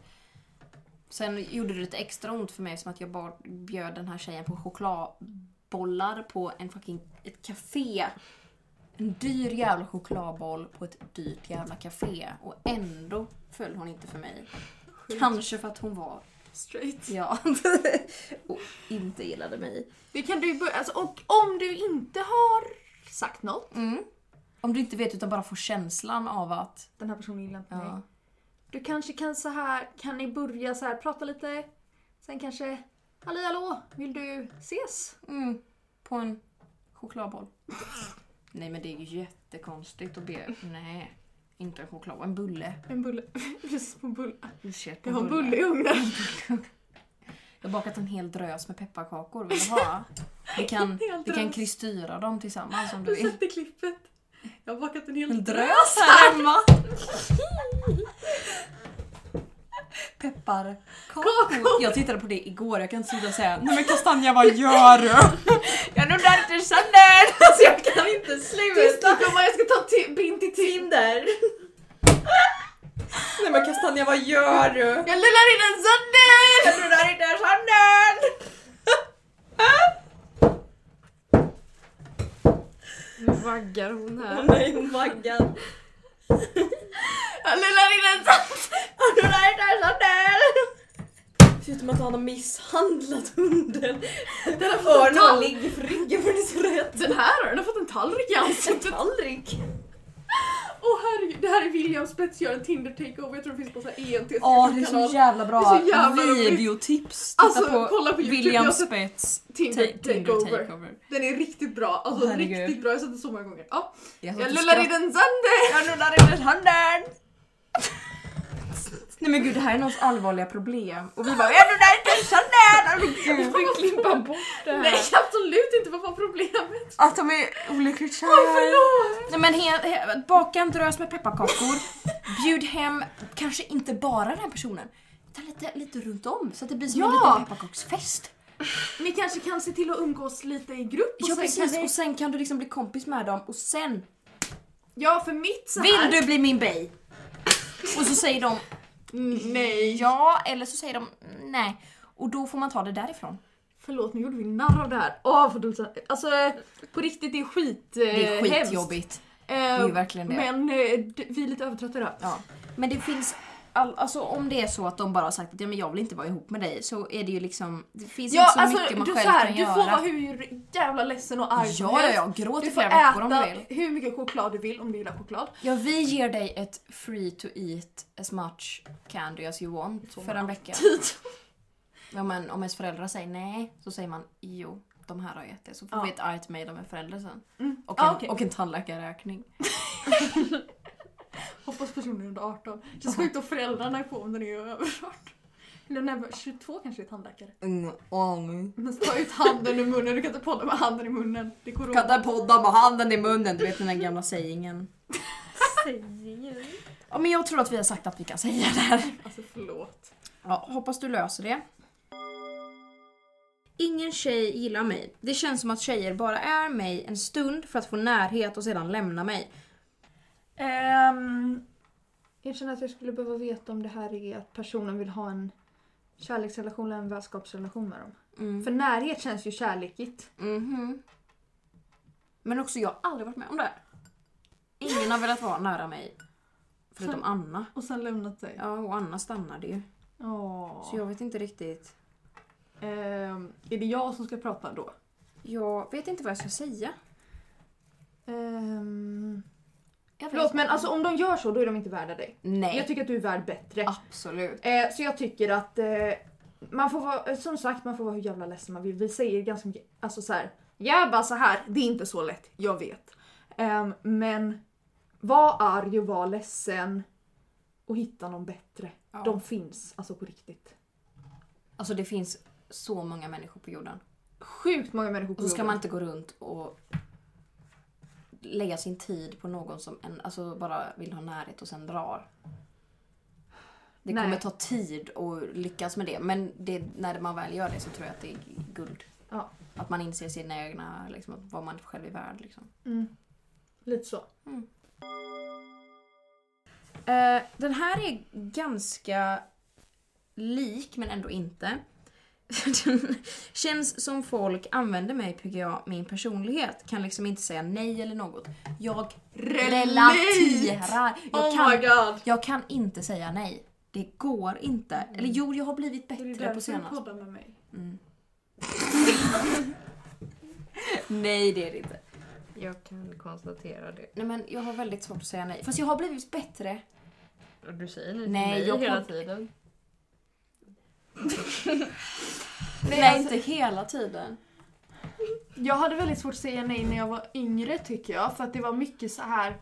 [SPEAKER 1] Sen gjorde det lite extra ont för mig som att jag bara bjöd den här tjejen på chokladbollar på en fucking, ett café. En dyr jävla chokladboll på ett dyrt jävla café. Och ändå föll hon inte för mig. Kanske för att hon var
[SPEAKER 2] Straight.
[SPEAKER 1] Ja. [LAUGHS] och inte gillade mig.
[SPEAKER 2] Det kan du ju börja, alltså, och om du inte har sagt något,
[SPEAKER 1] Om du inte vet utan bara får känslan av att...
[SPEAKER 2] den här personen gillar inte mig.
[SPEAKER 1] Ja.
[SPEAKER 2] Du kanske kan så här, kan ni börja så här prata lite, sen kanske Halli hallå, vill du ses?
[SPEAKER 1] Mm, på en chokladboll. Nej men det är ju jättekonstigt att be... Nej. Inte en chokladboll, en bulle.
[SPEAKER 2] En bulle. [LAUGHS] Precis på en bulle.
[SPEAKER 1] Ursäkta,
[SPEAKER 2] Jag har en bulle i ugnen. [LAUGHS]
[SPEAKER 1] Jag har bakat en hel drös med pepparkakor. Vill du ha? Vi [LAUGHS] kan,
[SPEAKER 2] hel
[SPEAKER 1] vi kan
[SPEAKER 2] drös.
[SPEAKER 1] kristyra dem tillsammans om du
[SPEAKER 2] Du
[SPEAKER 1] vill.
[SPEAKER 2] sätter klippet. Jag har bakat en hel
[SPEAKER 1] En drös här [LAUGHS] hemma! Pepparkakor. Jag tittade på det igår, jag kan sitta och säga Nej men Kastanja vad gör du?
[SPEAKER 4] Jag nudlar inte sönder!
[SPEAKER 1] Alltså jag kan inte sluta!
[SPEAKER 2] Tysta gumman, jag ska ta ti- bind till Tim där.
[SPEAKER 1] [LAUGHS] Nej men Kastanja vad gör du?
[SPEAKER 2] Jag lullar in en sönder!
[SPEAKER 1] Jag rullar inte handen!
[SPEAKER 4] Nu vaggar hon här.
[SPEAKER 1] Nej hon vaggar.
[SPEAKER 2] Jag lullar in en sönder!
[SPEAKER 1] Jag rullar inte handen!
[SPEAKER 5] Det ser ut som att han har misshandlat hunden. Öronen ligger för ryggen för det är så rätt.
[SPEAKER 2] Den här har den har fått en tallrik i ansiktet.
[SPEAKER 5] Tallrik.
[SPEAKER 2] Åh herregud, det här är William Spets gör en Tinder takeover. Jag tror det finns på så här E ENT
[SPEAKER 1] Åh det är så jävla bra
[SPEAKER 2] Det är så jävla roligt.
[SPEAKER 1] videotips. Titta
[SPEAKER 2] Alltså
[SPEAKER 1] på
[SPEAKER 2] kolla på Youtube, jag har
[SPEAKER 1] William
[SPEAKER 2] sett
[SPEAKER 1] Spets
[SPEAKER 2] Tinder
[SPEAKER 1] ta- Tinder
[SPEAKER 2] takeover.
[SPEAKER 1] takeover.
[SPEAKER 2] Den är riktigt bra, alltså
[SPEAKER 1] Åh, herregud.
[SPEAKER 2] riktigt bra. Jag har sett den så många gånger. Ja.
[SPEAKER 1] Jag,
[SPEAKER 2] Jag lullar in en sönder!
[SPEAKER 1] Jag rullar in handen! [LAUGHS] Nej men gud det här är någons allvarliga problem. Och vi bara jag rullar inte handen! Herregud.
[SPEAKER 2] [LAUGHS]
[SPEAKER 4] Jag får klippa bort det
[SPEAKER 2] Nej
[SPEAKER 4] här.
[SPEAKER 2] absolut inte, vad var problemet?
[SPEAKER 1] Att de är olyckligt kära.
[SPEAKER 2] förlåt!
[SPEAKER 1] Nej men he- he- baka en drös med pepparkakor. Bjud hem, kanske inte bara den här personen. Ta lite, lite runt om så att det blir som en
[SPEAKER 2] Ja!
[SPEAKER 1] liten pepparkaksfest.
[SPEAKER 2] Ni kanske kan se till att umgås lite i grupp och
[SPEAKER 1] Ja
[SPEAKER 2] sen kan
[SPEAKER 1] precis
[SPEAKER 2] ni...
[SPEAKER 1] och sen kan du liksom bli kompis med dem och sen
[SPEAKER 2] Ja för mitt så här...
[SPEAKER 1] vill du bli min bej. Och så säger de
[SPEAKER 2] Nej.
[SPEAKER 1] ja eller så säger de nej. Och då får man ta det därifrån.
[SPEAKER 2] Förlåt, nu gjorde vi narr av det här. Åh, vad dumt. Alltså, eh, på riktigt, det är skit eh,
[SPEAKER 1] Det är
[SPEAKER 2] hemskt.
[SPEAKER 1] skitjobbigt.
[SPEAKER 2] Eh,
[SPEAKER 1] är ju verkligen det.
[SPEAKER 2] Men eh, d- vi är lite övertrötta idag.
[SPEAKER 1] Ja. Men det finns, all, alltså om det är så att de bara har sagt att ja, men jag vill inte vara ihop med dig så är det ju liksom, det finns
[SPEAKER 2] Ja,
[SPEAKER 1] inte så
[SPEAKER 2] alltså
[SPEAKER 1] mycket man
[SPEAKER 2] du,
[SPEAKER 1] själv
[SPEAKER 2] så här,
[SPEAKER 1] kan
[SPEAKER 2] du
[SPEAKER 1] göra.
[SPEAKER 2] får vara hur jävla ledsen och arg som
[SPEAKER 1] Ja, ja,
[SPEAKER 2] helst.
[SPEAKER 1] ja, gråt
[SPEAKER 2] Du
[SPEAKER 1] i
[SPEAKER 2] får
[SPEAKER 1] flera
[SPEAKER 2] äta
[SPEAKER 1] veckor om du vill.
[SPEAKER 2] hur mycket choklad du vill om du
[SPEAKER 1] [LAUGHS]
[SPEAKER 2] gillar choklad.
[SPEAKER 1] Ja, vi ger dig ett free to eat as much candy as you want för en vecka. Ja, men om ens föräldrar säger nej så säger man jo, de här har gett det. Så får
[SPEAKER 2] Ja.
[SPEAKER 1] vi ett argt mejl av en förälder sen.
[SPEAKER 2] Mm.
[SPEAKER 1] Och, en,
[SPEAKER 2] Ja, okej.
[SPEAKER 1] och en tandläkarräkning.
[SPEAKER 2] Hoppas personen är under 18. Det ska inte om föräldrarna är på om den är över 18. Eller nej, 22 kanske är tandläkare.
[SPEAKER 1] Mm,
[SPEAKER 2] Men ta ut handen ur munnen, du kan inte podda med handen i munnen. Det går åt.
[SPEAKER 1] Kan inte podda med handen i munnen, du vet den där gamla sägningen. Ja, men jag tror att vi har sagt att vi kan säga det här.
[SPEAKER 2] Alltså förlåt.
[SPEAKER 1] Ja, hoppas du löser det. Ingen tjej gillar mig. Det känns som att tjejer bara är mig en stund för att få närhet och sedan lämna mig.
[SPEAKER 2] Ehm, jag känner att jag skulle behöva veta om det här är att personen vill ha en kärleksrelation eller en vänskapsrelation med dem.
[SPEAKER 1] Mm.
[SPEAKER 2] För närhet känns ju kärlekigt.
[SPEAKER 1] Mhm. Men också jag har aldrig varit med om det här. Ingen har velat vara nära mig. Förutom Anna.
[SPEAKER 2] Och sen lämnat dig.
[SPEAKER 1] Ja, och Anna stannade ju.
[SPEAKER 2] Åh.
[SPEAKER 1] Så jag vet inte riktigt.
[SPEAKER 2] Ehm, är det jag som ska prata då?
[SPEAKER 1] Jag vet inte vad jag ska säga.
[SPEAKER 2] Ehm,
[SPEAKER 1] Jag vet
[SPEAKER 2] förlåt
[SPEAKER 1] inte.
[SPEAKER 2] men alltså om de gör så då är de inte värda dig.
[SPEAKER 1] Nej,
[SPEAKER 2] Jag tycker att du är värd bättre.
[SPEAKER 1] absolut.
[SPEAKER 2] Eh, så jag tycker att eh, man får vara, som sagt man får vara hur jävla ledsen man vill. Vi säger ganska mycket, alltså så här, Jag är bara så här. det är inte så lätt, jag vet. Ehm, men var arg och var ledsen och hitta någon bättre.
[SPEAKER 1] Ja.
[SPEAKER 2] De finns, alltså på riktigt.
[SPEAKER 1] Alltså det finns så många människor på jorden.
[SPEAKER 2] Sjukt många människor på
[SPEAKER 1] Och så ska
[SPEAKER 2] jorden.
[SPEAKER 1] man inte gå runt och lägga sin tid på någon som en, alltså bara vill ha närhet och sen drar. Det
[SPEAKER 2] Nej.
[SPEAKER 1] kommer ta tid att lyckas med det men det, när man väl gör det så tror jag att det är guld.
[SPEAKER 2] Ja.
[SPEAKER 1] Att man inser sina egna, liksom, att vad man själv är värd. Liksom.
[SPEAKER 2] Mm. Lite så.
[SPEAKER 1] Eh, den här är ganska lik men ändå inte. [LAUGHS] den känns som folk använder mig på grund av min personlighet. Kan liksom inte säga nej eller något. Jag relaterar. Jag,
[SPEAKER 5] Oh my
[SPEAKER 1] kan,
[SPEAKER 5] god!
[SPEAKER 1] jag kan inte säga nej. Det går inte. Eller jo, jag har blivit
[SPEAKER 2] Det är
[SPEAKER 1] bättre på alltså. Mm.
[SPEAKER 2] därför
[SPEAKER 1] senast.
[SPEAKER 2] du poddar med mig.
[SPEAKER 1] [LAUGHS] Nej, det är det inte.
[SPEAKER 4] Jag kan konstatera det.
[SPEAKER 1] Nej, men jag har väldigt svårt att säga nej. Fast jag har blivit bättre.
[SPEAKER 4] Och du säger nej,
[SPEAKER 1] Nej,
[SPEAKER 4] nej
[SPEAKER 1] jag
[SPEAKER 4] hela
[SPEAKER 1] podd-
[SPEAKER 4] tiden.
[SPEAKER 1] Nej, alltså- inte hela tiden.
[SPEAKER 2] Jag hade väldigt svårt att säga nej när jag var yngre tycker jag för att det var mycket så här.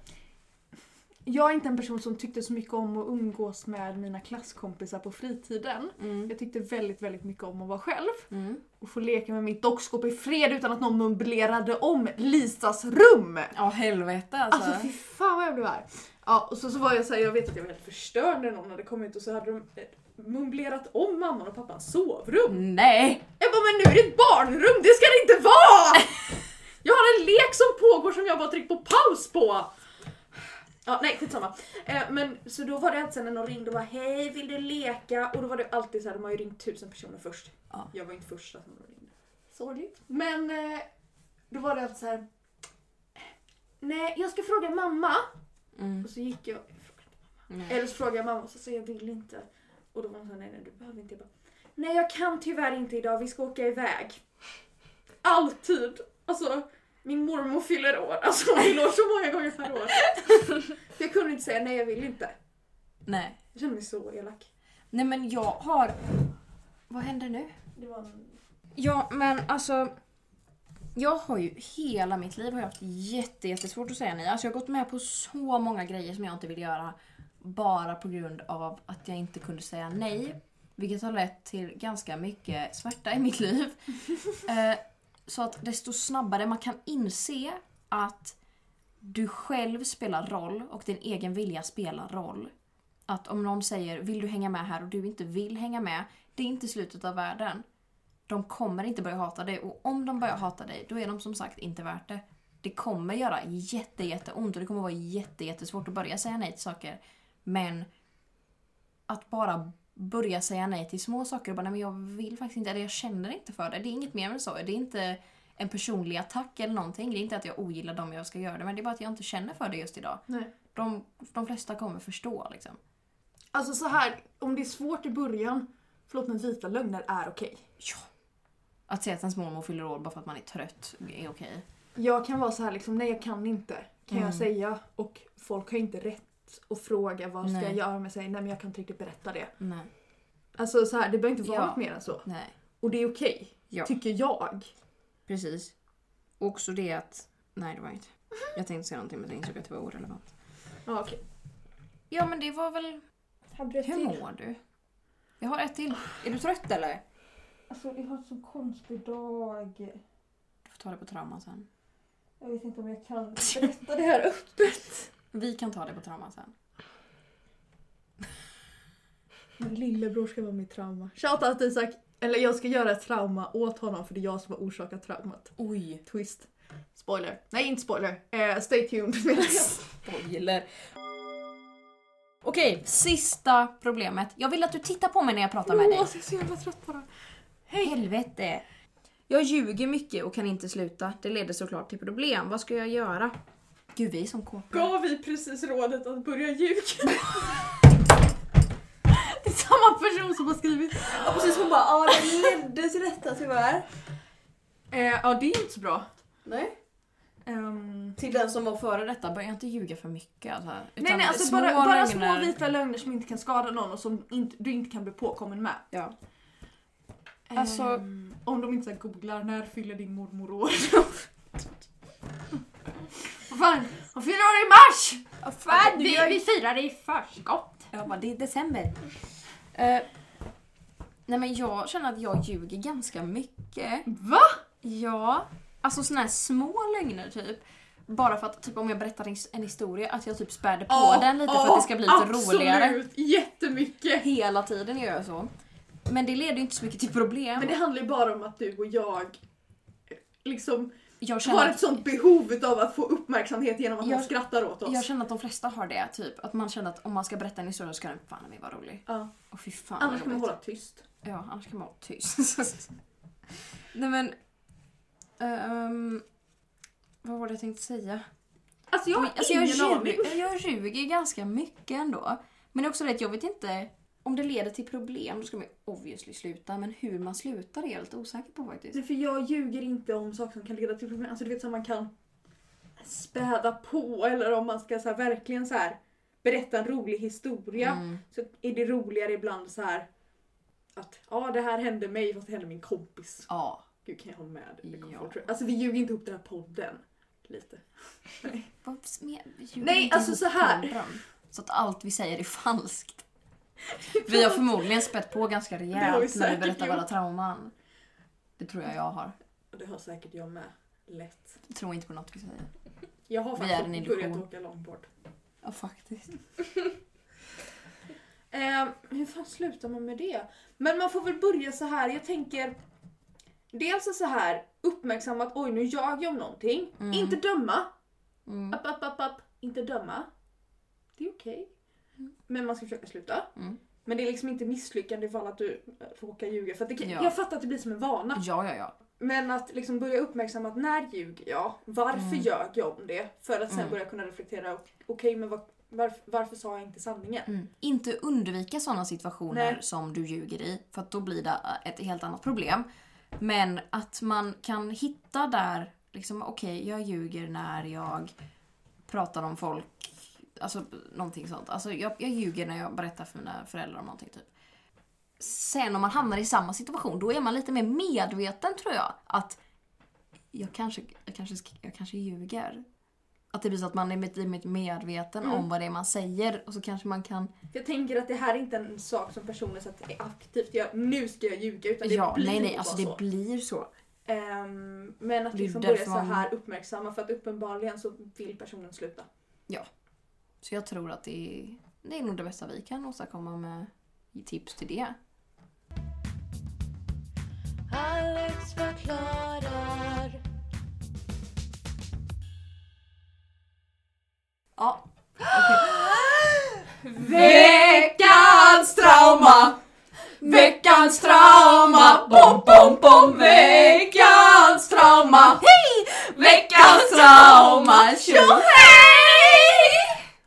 [SPEAKER 2] Jag är inte en person som tyckte så mycket om att umgås med mina klasskompisar på fritiden.
[SPEAKER 1] Mm.
[SPEAKER 2] Jag tyckte väldigt, väldigt mycket om att vara själv
[SPEAKER 1] Mm.
[SPEAKER 2] och få leka med mitt dockskåp i fred utan att någon möblerade om Lisas rum.
[SPEAKER 1] Ja, helvete alltså.
[SPEAKER 2] Alltså fy fan vad jag blev arg. Ja, och så, så var jag så här, jag vet att jag var helt förstörd när någon hade kommit och så hade de eh, möblerat om mamman och pappans sovrum.
[SPEAKER 1] nej!
[SPEAKER 2] Jag bara, men nu är det ett barnrum, det ska det
[SPEAKER 1] [LAUGHS]
[SPEAKER 2] inte vara! Jag har en lek som pågår som jag bara tryckt på paus på! Ja, nej skitsamma. Eh, men så då var det alltid sen när någon ringde och bara hej vill du leka? Och då var det alltid så här, de har ju ringt tusen personer först.
[SPEAKER 1] Ja.
[SPEAKER 2] Jag var inte första som ringde. Sorgligt. Men eh, då var det alltid så här. Nej, jag ska fråga mamma.
[SPEAKER 1] Mm.
[SPEAKER 2] Och så gick jag
[SPEAKER 1] Nej.
[SPEAKER 2] eller så frågade jag mamma och så sa jag vill inte. Och då var hon så här, nej nej du behöver inte. Jag bara, nej jag kan tyvärr inte idag, vi ska åka iväg. Alltid! Alltså min mormor fyller år, alltså [LAUGHS] hon fyller år så många gånger per år. Jag kunde inte säga nej jag vill inte.
[SPEAKER 1] nej.
[SPEAKER 2] Jag kände mig så elak.
[SPEAKER 1] Nej men jag har... Vad händer nu?
[SPEAKER 2] Det var en...
[SPEAKER 1] Ja men alltså... Jag har ju hela mitt liv har jag haft jätte, jättesvårt att säga nej. Alltså jag har gått med på så många grejer som jag inte vill göra. Bara på grund av att jag inte kunde säga nej. Vilket har lett till ganska mycket smärta i mitt liv. [LAUGHS] eh, så att desto snabbare man kan inse att du själv spelar roll och din egen vilja spelar roll. Att om någon säger “vill du hänga med här?” och du inte vill hänga med, det är inte slutet av världen. De kommer inte börja hata dig och om de börjar hata dig då är de som sagt inte värt det. Det kommer göra jätte, jätteont och det kommer vara jätte, jättesvårt att börja säga nej till saker. Men att bara börja säga nej till små saker och bara nej men jag vill faktiskt inte eller jag känner inte för det. Det är inget mer än så. Det är inte en personlig attack eller någonting. Det är inte att jag ogillar dem jag ska göra det men det är bara att jag inte känner för det just idag.
[SPEAKER 2] Nej.
[SPEAKER 1] De, de flesta kommer förstå liksom.
[SPEAKER 2] Alltså så här, om det är svårt i början, förlåt men vita lögner är okej.
[SPEAKER 1] Ja. Att säga att ens mormor fyller år bara för att man är trött är okej.
[SPEAKER 2] Jag kan vara så här liksom, nej jag kan inte. Kan
[SPEAKER 1] Mm.
[SPEAKER 2] jag säga. Och folk har inte rätt att fråga vad ska
[SPEAKER 1] Nej.
[SPEAKER 2] jag göra med sig. Nej men jag kan inte riktigt berätta det.
[SPEAKER 1] Nej.
[SPEAKER 2] Alltså så här, det behöver inte vara
[SPEAKER 1] Ja.
[SPEAKER 2] något mer än så.
[SPEAKER 1] Nej.
[SPEAKER 2] Och det är okej,
[SPEAKER 1] Ja.
[SPEAKER 2] tycker jag.
[SPEAKER 1] Precis. Och också det att... Nej, det var inte. Jag tänkte säga någonting men jag insåg att det var orelevant.
[SPEAKER 2] Ja, okej.
[SPEAKER 1] Ja, men det var väl...
[SPEAKER 2] Hade du ett
[SPEAKER 1] Hur
[SPEAKER 2] till?
[SPEAKER 1] mår du? Jag har ett till. Är du trött eller?
[SPEAKER 2] Alltså jag har en så konstig dag.
[SPEAKER 1] Du får ta det på trauman sen.
[SPEAKER 2] Jag vet inte om
[SPEAKER 1] [LAUGHS]
[SPEAKER 2] jag kan berätta det här öppet.
[SPEAKER 1] Vi kan ta det på trauman sen.
[SPEAKER 2] Min lillebror ska vara mitt trauma. Shoutout Isak! Eller jag ska göra ett trauma åt honom för det är jag som har orsakat traumat.
[SPEAKER 1] Oj.
[SPEAKER 2] Twist. Spoiler. Nej inte spoiler. Eh,
[SPEAKER 1] [LAUGHS]
[SPEAKER 2] stay tuned menar
[SPEAKER 1] Spoiler. Okej, sista problemet. Jag vill att du tittar på mig när jag pratar
[SPEAKER 2] jag.
[SPEAKER 1] med
[SPEAKER 2] Åh,
[SPEAKER 1] dig.
[SPEAKER 2] jag är så jävla trött på det.
[SPEAKER 1] Helvete. Jag ljuger mycket och kan inte sluta. Det leder såklart till problem. Vad ska jag göra? Gud, vi är som kåpor.
[SPEAKER 5] Gav vi precis rådet att börja ljuga?
[SPEAKER 2] Det är samma person som har skrivit.
[SPEAKER 5] Ja precis, hon bara ja det ledde till detta tyvärr.
[SPEAKER 2] Eh, ja det är inte så bra.
[SPEAKER 5] Nej.
[SPEAKER 2] Ehm,
[SPEAKER 1] Till den som var före detta, börja inte ljuga för mycket. Alltså.
[SPEAKER 2] nej
[SPEAKER 1] Utan
[SPEAKER 2] nej alltså bara, bara små
[SPEAKER 1] lögner.
[SPEAKER 2] vita lögner som inte kan skada någon och som inte, du inte kan bli påkommen med.
[SPEAKER 1] Ja. Alltså,
[SPEAKER 2] Ehm, Om de inte så här googlar när fyller din mormor
[SPEAKER 1] [LAUGHS]
[SPEAKER 2] år. Vad fan, hon fyller år i mars!
[SPEAKER 1] Vad fan,
[SPEAKER 2] Vi,
[SPEAKER 1] vi-
[SPEAKER 2] vi firar det i förskott.
[SPEAKER 1] Jag bara, det är december. Eh, nej men jag känner att jag ljuger ganska mycket.
[SPEAKER 2] Va?
[SPEAKER 1] Ja, alltså såna här små lögner typ. Bara för att typ om jag berättar en- en historia att jag typ späder på den lite för att det ska bli lite roligare.
[SPEAKER 2] Absolut, jättemycket.
[SPEAKER 1] Hela tiden gör jag så. Men det leder ju inte så mycket till problem.
[SPEAKER 2] Men det handlar ju bara om att du och jag eh, liksom
[SPEAKER 1] jag,
[SPEAKER 2] har
[SPEAKER 1] känner
[SPEAKER 2] ett
[SPEAKER 1] att,
[SPEAKER 2] sånt behov av att få uppmärksamhet genom att
[SPEAKER 1] Jag-
[SPEAKER 2] man skrattar åt oss.
[SPEAKER 1] jag känner att de flesta har det typ. Att man känner att om man ska berätta en historia så ska den fan mig vara rolig.
[SPEAKER 2] Ja.
[SPEAKER 1] Och fy fan vad
[SPEAKER 2] Annars kan man
[SPEAKER 1] jobbigt.
[SPEAKER 2] hålla tyst.
[SPEAKER 1] Ja, annars kan man vara tyst. [LAUGHS] Nej men... ehm, vad var det jag tänkte säga?
[SPEAKER 2] Alltså jag har
[SPEAKER 1] alltså, jag,
[SPEAKER 2] ingen aning.
[SPEAKER 1] ljuger, jag ljuger ganska mycket ändå. Men det är också det att jag vet inte... Om det leder till problem då ska man ju obviously sluta. Men hur man slutar är jag lite osäker på faktiskt.
[SPEAKER 2] Nej, För jag ljuger inte om saker som kan leda till problem. Alltså du vet så här, man kan späda på eller om man ska så här, verkligen så här berätta en rolig historia
[SPEAKER 1] Mm.
[SPEAKER 2] så är det roligare ibland så här att ja det här hände mig fast det hände min kompis.
[SPEAKER 1] Ja.
[SPEAKER 2] Gud kan jag hålla med dig? Det kommer
[SPEAKER 1] Ja.
[SPEAKER 2] folk tro. Alltså vi ljuger inte ihop den här podden. Lite.
[SPEAKER 1] Vad mer? Vi ljuger
[SPEAKER 2] Nej,
[SPEAKER 1] inte
[SPEAKER 2] alltså
[SPEAKER 1] ihop
[SPEAKER 2] så här.
[SPEAKER 1] hundran. Så att allt vi säger är falskt. Vi har förmodligen spett på ganska
[SPEAKER 2] Det har vi
[SPEAKER 1] rejält när vi
[SPEAKER 2] säkert
[SPEAKER 1] berättar våra
[SPEAKER 2] gjort.
[SPEAKER 1] trauman. Det tror jag jag har.
[SPEAKER 2] Och det har säkert jag med. Lätt.
[SPEAKER 1] Jag tror inte på något vi säger.
[SPEAKER 2] Jag har
[SPEAKER 1] Vi är en
[SPEAKER 2] faktiskt
[SPEAKER 1] illusion.
[SPEAKER 2] börjat åka långbord.
[SPEAKER 1] Ja, faktiskt.
[SPEAKER 2] Eh, hur fan slutar man med det? Men man får väl börja så här. jag tänker Dels är så här uppmärksamma att oj nu ljög jag om någonting.
[SPEAKER 1] Mm.
[SPEAKER 2] Inte döma.
[SPEAKER 1] Mm.
[SPEAKER 2] Upp, upp, upp, upp. Inte döma. Det är okej. Men man ska försöka sluta.
[SPEAKER 1] Mm.
[SPEAKER 2] Men det är liksom inte misslyckande ifall att du eh, råkar ljuga. För att det kan,
[SPEAKER 1] Ja.
[SPEAKER 2] Jag fattar att det blir som en vana.
[SPEAKER 1] Ja, ja, ja.
[SPEAKER 2] Men att liksom börja uppmärksamma att när ljuger jag? Varför
[SPEAKER 1] Mm.
[SPEAKER 2] ljög jag om det? För att sen
[SPEAKER 1] Mm.
[SPEAKER 2] börja kunna reflektera. Okej men var, varför, varför sa jag inte sanningen?
[SPEAKER 1] Inte undvika sådana situationer
[SPEAKER 2] Nej.
[SPEAKER 1] som du ljuger i för att då blir det eh, ett helt annat problem. Men att man kan hitta där, liksom okej jag ljuger när jag pratar om folk, alltså någonting sånt. Alltså jag, jag ljuger när jag berättar för mina föräldrar om någonting typ. Sen om man hamnar i samma situation då är man lite mer medveten tror jag. Att jag kanske, jag kanske, sk- jag kanske ljuger. Att det blir så att man är lite mer medveten
[SPEAKER 2] Mm.
[SPEAKER 1] om vad det är man säger och så kanske man kan
[SPEAKER 2] Jag tänker att det här är inte en sak som personen så att är aktivt gör. Nu ska jag ljuga. Utan det
[SPEAKER 1] ja,
[SPEAKER 2] blir
[SPEAKER 1] nej nej,
[SPEAKER 2] bara
[SPEAKER 1] alltså
[SPEAKER 2] så.
[SPEAKER 1] det blir så.
[SPEAKER 2] Ehm, men att
[SPEAKER 1] Det är
[SPEAKER 2] liksom
[SPEAKER 1] därför
[SPEAKER 2] börja så
[SPEAKER 1] man-
[SPEAKER 2] här uppmärksamma för att uppenbarligen så vill personen sluta.
[SPEAKER 1] Så jag tror att det är, det är nog det bästa vi kan åstadkomma med tips till det.
[SPEAKER 3] Alex förklarar.
[SPEAKER 1] Ja,
[SPEAKER 5] Veckans trauma! Veckans trauma! Bom, bom, bom! Veckans trauma! Hej! Veckans trauma!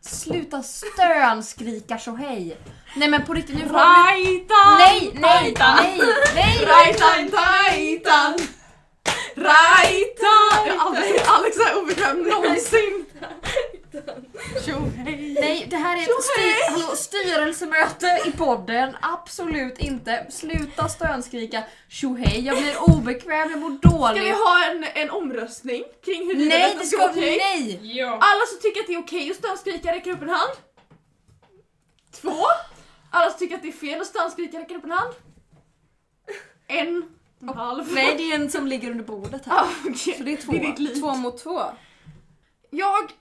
[SPEAKER 1] sluta stön skrika så hej. Nej men på riktigt nu får vi...
[SPEAKER 4] Rajtan!
[SPEAKER 1] Nej, nej, nej, nej!
[SPEAKER 5] Rajtan, tajtan! Rajtan!
[SPEAKER 2] Aldrig, Alex är obekväm någonsin!
[SPEAKER 1] Nej, det här är ett sty- hallå, styrelsemöte i podden. Absolut inte. Sluta stönskrika tjohej, jag blir obekväm, jag mår
[SPEAKER 2] Ska vi
[SPEAKER 1] dåligt.
[SPEAKER 2] ha en, en omröstning kring hur
[SPEAKER 1] Nej,
[SPEAKER 2] detta
[SPEAKER 1] det
[SPEAKER 2] ska vara
[SPEAKER 1] ska
[SPEAKER 2] okej?
[SPEAKER 1] vi nej!
[SPEAKER 4] Ja.
[SPEAKER 2] Alla som tycker att det är okej att stönskrika räcker upp en hand. Två. Alla som tycker att det är fel att stönskrika räcker upp en hand. En. En halv.
[SPEAKER 1] Nej, det är en som ligger under bordet här.
[SPEAKER 2] Ah, okej.
[SPEAKER 1] Så det är två.
[SPEAKER 2] ditt liv.
[SPEAKER 1] två mot två.
[SPEAKER 2] Jag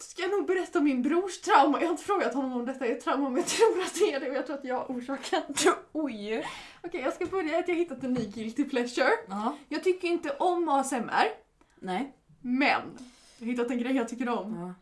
[SPEAKER 2] ska nog berätta om min brors trauma. Jag har inte frågat honom om detta är ett trauma men jag tror att det är det och jag tror att jag har orsakat det.
[SPEAKER 1] Oj!
[SPEAKER 2] Okej, jag ska börja med att jag har hittat en ny guilty pleasure.
[SPEAKER 1] Ja,
[SPEAKER 2] Jag tycker inte om ASMR,
[SPEAKER 1] nej.
[SPEAKER 2] men jag har hittat en grej jag tycker om.
[SPEAKER 1] Ja.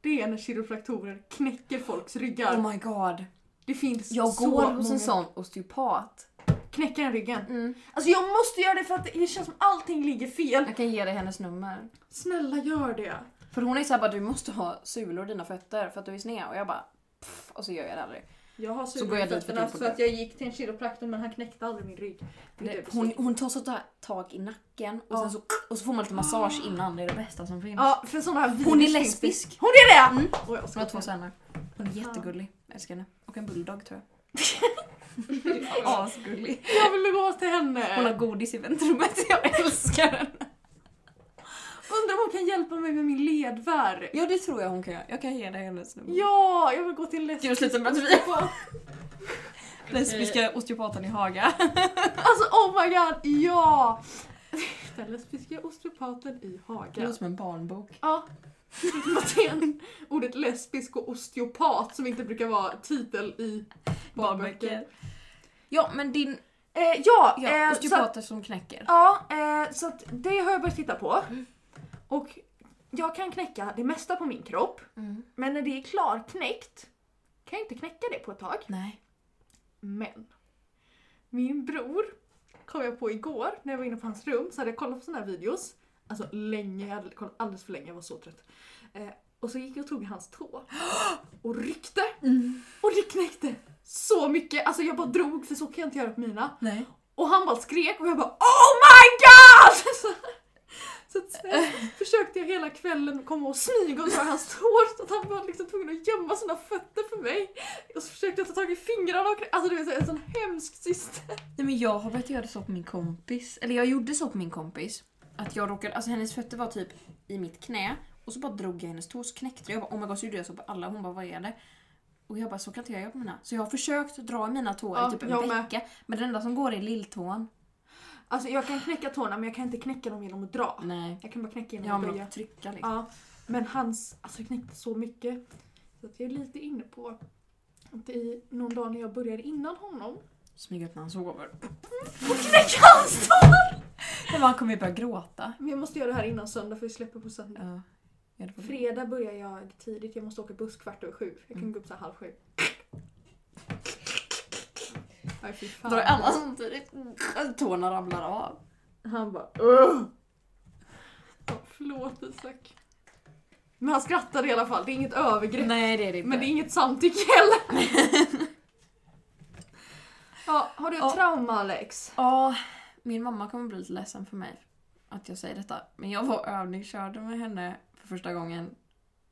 [SPEAKER 2] Det är när kiropraktorer knäcker folks ryggar.
[SPEAKER 1] Oh my god.
[SPEAKER 2] det finns
[SPEAKER 1] Jag
[SPEAKER 2] så
[SPEAKER 1] går hos
[SPEAKER 2] många.
[SPEAKER 1] en sån Mm. osteopat.
[SPEAKER 2] Knäcka den ryggen. Alltså jag måste göra det för att det känns som allting ligger fel.
[SPEAKER 1] Jag kan ge dig hennes nummer.
[SPEAKER 2] Snälla gör det.
[SPEAKER 1] För hon är såhär bara du måste ha sulor i dina fötter för att du är sned och jag bara pff, och så gör jag det aldrig.
[SPEAKER 2] Jag har
[SPEAKER 1] Så går jag dit för
[SPEAKER 2] fötterna
[SPEAKER 1] typ på
[SPEAKER 2] så att jag gick till en kiropraktor men han knäckte aldrig min rygg. Det är typ
[SPEAKER 1] Det,
[SPEAKER 2] det
[SPEAKER 1] hon, hon tar sådär tag i nacken och, sen så, och så får man lite massage innan, det är det bästa som finns.
[SPEAKER 2] Ja, för sådana här
[SPEAKER 1] Hon är
[SPEAKER 2] videos finns det.
[SPEAKER 1] lesbisk.
[SPEAKER 2] Hon är det!
[SPEAKER 1] Mm.
[SPEAKER 2] Och jag
[SPEAKER 1] Hon [LAUGHS]
[SPEAKER 2] ska
[SPEAKER 1] har två söner. Hon är jättegullig, jag älskar henne. Och en bulldog tror jag. Asgullig.
[SPEAKER 2] Jag vill gå till henne.
[SPEAKER 1] Hon har godis i väntrummet, jag älskar henne.
[SPEAKER 2] Undrar om hon kan hjälpa mig med min ledvärk.
[SPEAKER 1] Ja det tror jag hon kan göra. Jag kan ge dig hennes nummer.
[SPEAKER 2] Ja, jag vill gå till läsk.
[SPEAKER 1] Gud sluta med att vi lesbiska osteopaten i Haga.
[SPEAKER 2] Alltså oh my god, ja! Den lesbiska osteopaten i
[SPEAKER 1] Det
[SPEAKER 2] Haga.
[SPEAKER 1] låter som en barnbok.
[SPEAKER 2] Ja. Mattén, ordet lesbisk och osteopat som inte brukar vara titel i barnböcker.
[SPEAKER 1] [GASPS] Ja men din...
[SPEAKER 2] Eh, ja,
[SPEAKER 1] Ja,
[SPEAKER 2] eh, så, att-
[SPEAKER 1] osteopater som knäcker. Mm.
[SPEAKER 2] ja eh, så att det har jag börjat titta på. Och jag kan knäcka det mesta på min kropp,
[SPEAKER 1] Mm.
[SPEAKER 2] men när det är klarknäckt kan jag inte knäcka det på ett tag.
[SPEAKER 1] Nej.
[SPEAKER 2] Men min bror kom jag på igår när jag var inne på hans rum så hade jag kollat på såna här videos. Alltså länge, jag hade kollat alldeles för länge, jag var så trött. Eh, och så gick jag och tog i hans tå [GASPS] och ryckte. Och det knäckte så mycket. Alltså jag bara drog för så kan jag inte göra på mina.
[SPEAKER 1] Nej.
[SPEAKER 2] Och han bara skrek och jag bara OH MY GOD! [LAUGHS] Så, så att sen försökte jag hela kvällen komma och smyga och dra hans tår så att han var liksom tvungen att gömma sina fötter för mig. Och så försökte jag ta tag i fingrarna och alltså det var en sån hemsk syster.
[SPEAKER 1] Nej men jag har börjat göra så på min kompis. Eller jag gjorde så på min kompis. Att jag råkade, alltså hennes fötter var typ i mitt knä och så bara drog jag hennes tå och så knäckte det. Jag bara oh my god så gjorde jag så på alla hon bara vad är det? Och jag bara så kan inte jag göra på mina. Så jag har försökt dra i mina tår
[SPEAKER 2] Ja,
[SPEAKER 1] i typ en
[SPEAKER 2] jag med.
[SPEAKER 1] vecka. Men den enda som går är lilltån.
[SPEAKER 2] Alltså jag kan knäcka tårna men jag kan inte knäcka dem genom att dra.
[SPEAKER 1] Nej.
[SPEAKER 2] Jag kan bara knäcka
[SPEAKER 1] Ja
[SPEAKER 2] genom att
[SPEAKER 1] men
[SPEAKER 2] böja.
[SPEAKER 1] att trycka liksom.
[SPEAKER 2] Ja, men hans, alltså jag knäckte så mycket. Så att jag är lite inne på att i någon dag när jag började innan honom
[SPEAKER 1] Smyga upp när han sover.
[SPEAKER 2] och knäcka hans tår!
[SPEAKER 1] Men han kommer ju börja gråta.
[SPEAKER 2] Men jag måste göra det här innan söndag för vi släpper på söndag.
[SPEAKER 1] Ja. Gör det på det.
[SPEAKER 2] Fredag börjar jag tidigt, jag måste åka buss kvart över sju. Jag kan gå upp så här halv sju. Aj, fy fan.
[SPEAKER 1] Drar alla samtidigt. Tårna ramlar av.
[SPEAKER 2] Han bara Ugh! Ja, Förlåt Isak. Men han skrattade i alla fall, det är inget övergrepp.
[SPEAKER 1] Nej det är det inte.
[SPEAKER 2] Men det är inget samtycke [LAUGHS] heller. ja, har du ett
[SPEAKER 1] Ja.
[SPEAKER 2] trauma Alex?
[SPEAKER 1] Ja, min mamma kommer bli lite ledsen för mig att jag säger detta. Men jag var och övningskörde med henne för första gången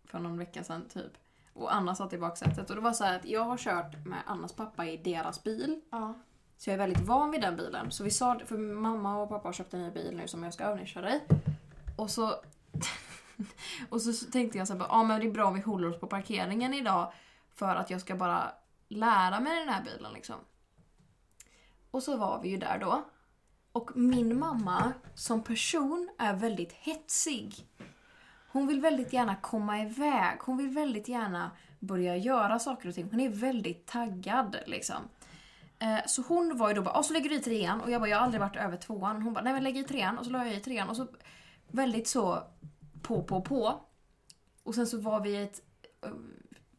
[SPEAKER 1] för någon vecka sedan typ. Och Anna satt i baksätet och det var så här att jag har kört med Annas pappa i deras bil.
[SPEAKER 2] Ja.
[SPEAKER 1] Så jag är väldigt van vid den bilen. Så vi sa, för mamma och pappa har köpt en ny bil nu som jag ska övningsköra i. Och så, [LAUGHS] och så tänkte jag så här, bara, ja men det är bra om vi håller oss på parkeringen idag. För att jag ska bara lära mig den här bilen liksom. Och så var vi ju där då. Och min mamma som person är väldigt hetsig. Hon vill väldigt gärna komma iväg. Hon vill väldigt gärna börja göra saker och ting. Hon är väldigt taggad liksom. Eh, Så hon var ju då bara, "Ah, så lägger du i trean och jag bara, jag har aldrig varit över tvåan. Hon bara, nej men lägg i trean och så la jag i trean och så väldigt så på, på, på. Och sen så var vi i ett eh,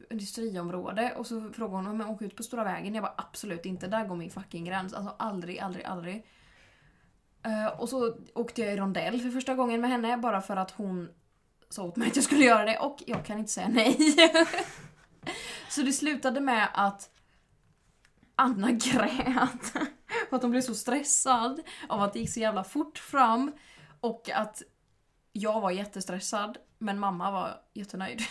[SPEAKER 1] industriområde och så frågade hon om jag åker ut på stora vägen. Jag bara absolut inte, där går min fucking gräns. Alltså aldrig, aldrig, aldrig. Eh, Och så åkte jag i rondell för första gången med henne bara för att hon sa åt mig att jag skulle göra det och jag kan inte säga nej. [LAUGHS] så det slutade med att Anna grät. För att hon blev så stressad av att det gick så jävla fort fram och att jag var jättestressad men mamma var jättenöjd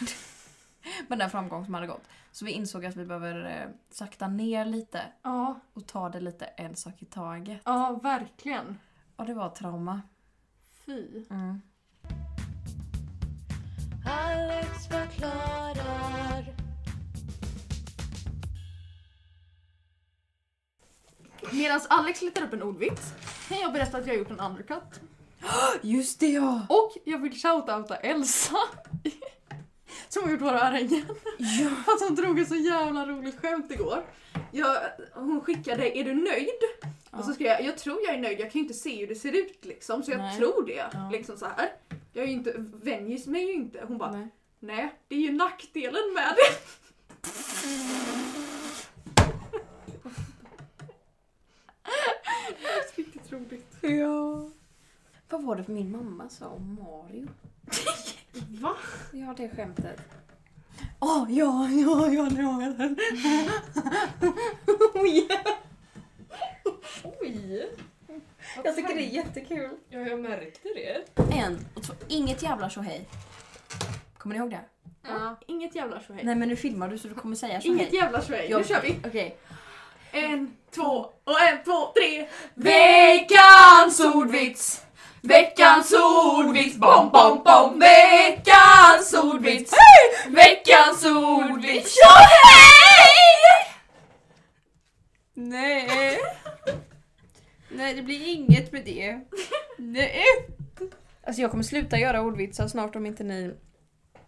[SPEAKER 1] med den framgång som hade gått. Så vi insåg att vi behöver eh, sakta ner lite
[SPEAKER 2] Ja,
[SPEAKER 1] och ta det lite en sak i taget.
[SPEAKER 2] ja verkligen.
[SPEAKER 1] Och det var ett trauma.
[SPEAKER 2] Fy.
[SPEAKER 1] Mm.
[SPEAKER 3] Alex förklarar.
[SPEAKER 2] Medan Alex letar upp en ordvits kan jag berätta att jag har gjort en undercut.
[SPEAKER 1] Just det ja!
[SPEAKER 2] Och jag vill shoutouta Elsa [LAUGHS] som har gjort Våra örhängen.
[SPEAKER 1] Ja.
[SPEAKER 2] För att hon drog ett så jävla roligt skämt igår. Jag, hon skickade “Är du nöjd?” och så skrev jag “Jag tror jag är nöjd, jag kan ju inte se hur det ser ut liksom, så jag
[SPEAKER 1] Nej.
[SPEAKER 2] tror det”.
[SPEAKER 1] Ja.
[SPEAKER 2] Liksom så här. Jag är ju inte, vänjer mig ju inte. Hon bara
[SPEAKER 1] Nej.
[SPEAKER 2] “Nej, det är ju nackdelen med det”. [LAUGHS] Det är riktigt roligt.
[SPEAKER 1] ja. Vad var det för min mamma sa om Mario?
[SPEAKER 2] Va?
[SPEAKER 1] Ja, det skämtet. Åh, ja, ja, ja, nu har jag den. Oj!
[SPEAKER 5] Oj! Jag tycker det är jättekul.
[SPEAKER 4] Ja, jag märkte det.
[SPEAKER 1] En och två. Inget jävla tjohej. Kommer ni ihåg det?
[SPEAKER 2] Inget jävla tjohej.
[SPEAKER 1] Nej, men nu filmar du så du kommer säga tjohej.
[SPEAKER 2] Inget jävla tjohej. Nu
[SPEAKER 1] Jag-
[SPEAKER 2] kör vi.
[SPEAKER 1] Okej.
[SPEAKER 2] En, två och en, två, tre.
[SPEAKER 8] Veckans ordvits! Veckans ordvits! Bom, bom, bom! Veckans ordvits! Veckans ordvits! Ja, hej!
[SPEAKER 5] Nej. Nej, det blir inget med det. Nej. Alltså jag kommer sluta göra ordvitsar snart om inte ni...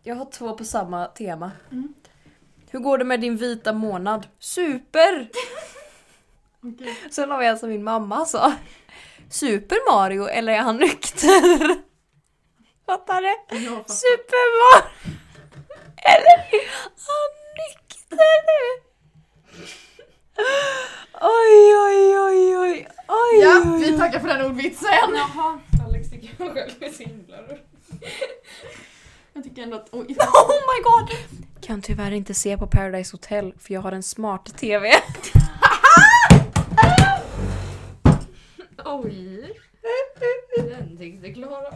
[SPEAKER 5] Jag har två på samma tema. Hur går det med din vita månad? Super!
[SPEAKER 2] Okej.
[SPEAKER 5] Sen har vi en som min mamma sa. Super Mario eller är han nykter? [LAUGHS] Fattar du?
[SPEAKER 2] Jag fattar.
[SPEAKER 5] Superman! Eller han nykter nu! Oj, oj, oj, oj, oj,
[SPEAKER 2] Ja,
[SPEAKER 5] oj.
[SPEAKER 2] vi tackar för den ordvitsen.
[SPEAKER 4] Jaha. Alex tycker jag själv är så himla rör.
[SPEAKER 2] Jag tycker ändå att... Oj,
[SPEAKER 5] Oh my god! Kan tyvärr inte se på Paradise Hotel för jag har en smart-tv.
[SPEAKER 4] Oj. Den tyckte
[SPEAKER 5] [LAUGHS]
[SPEAKER 4] Klara.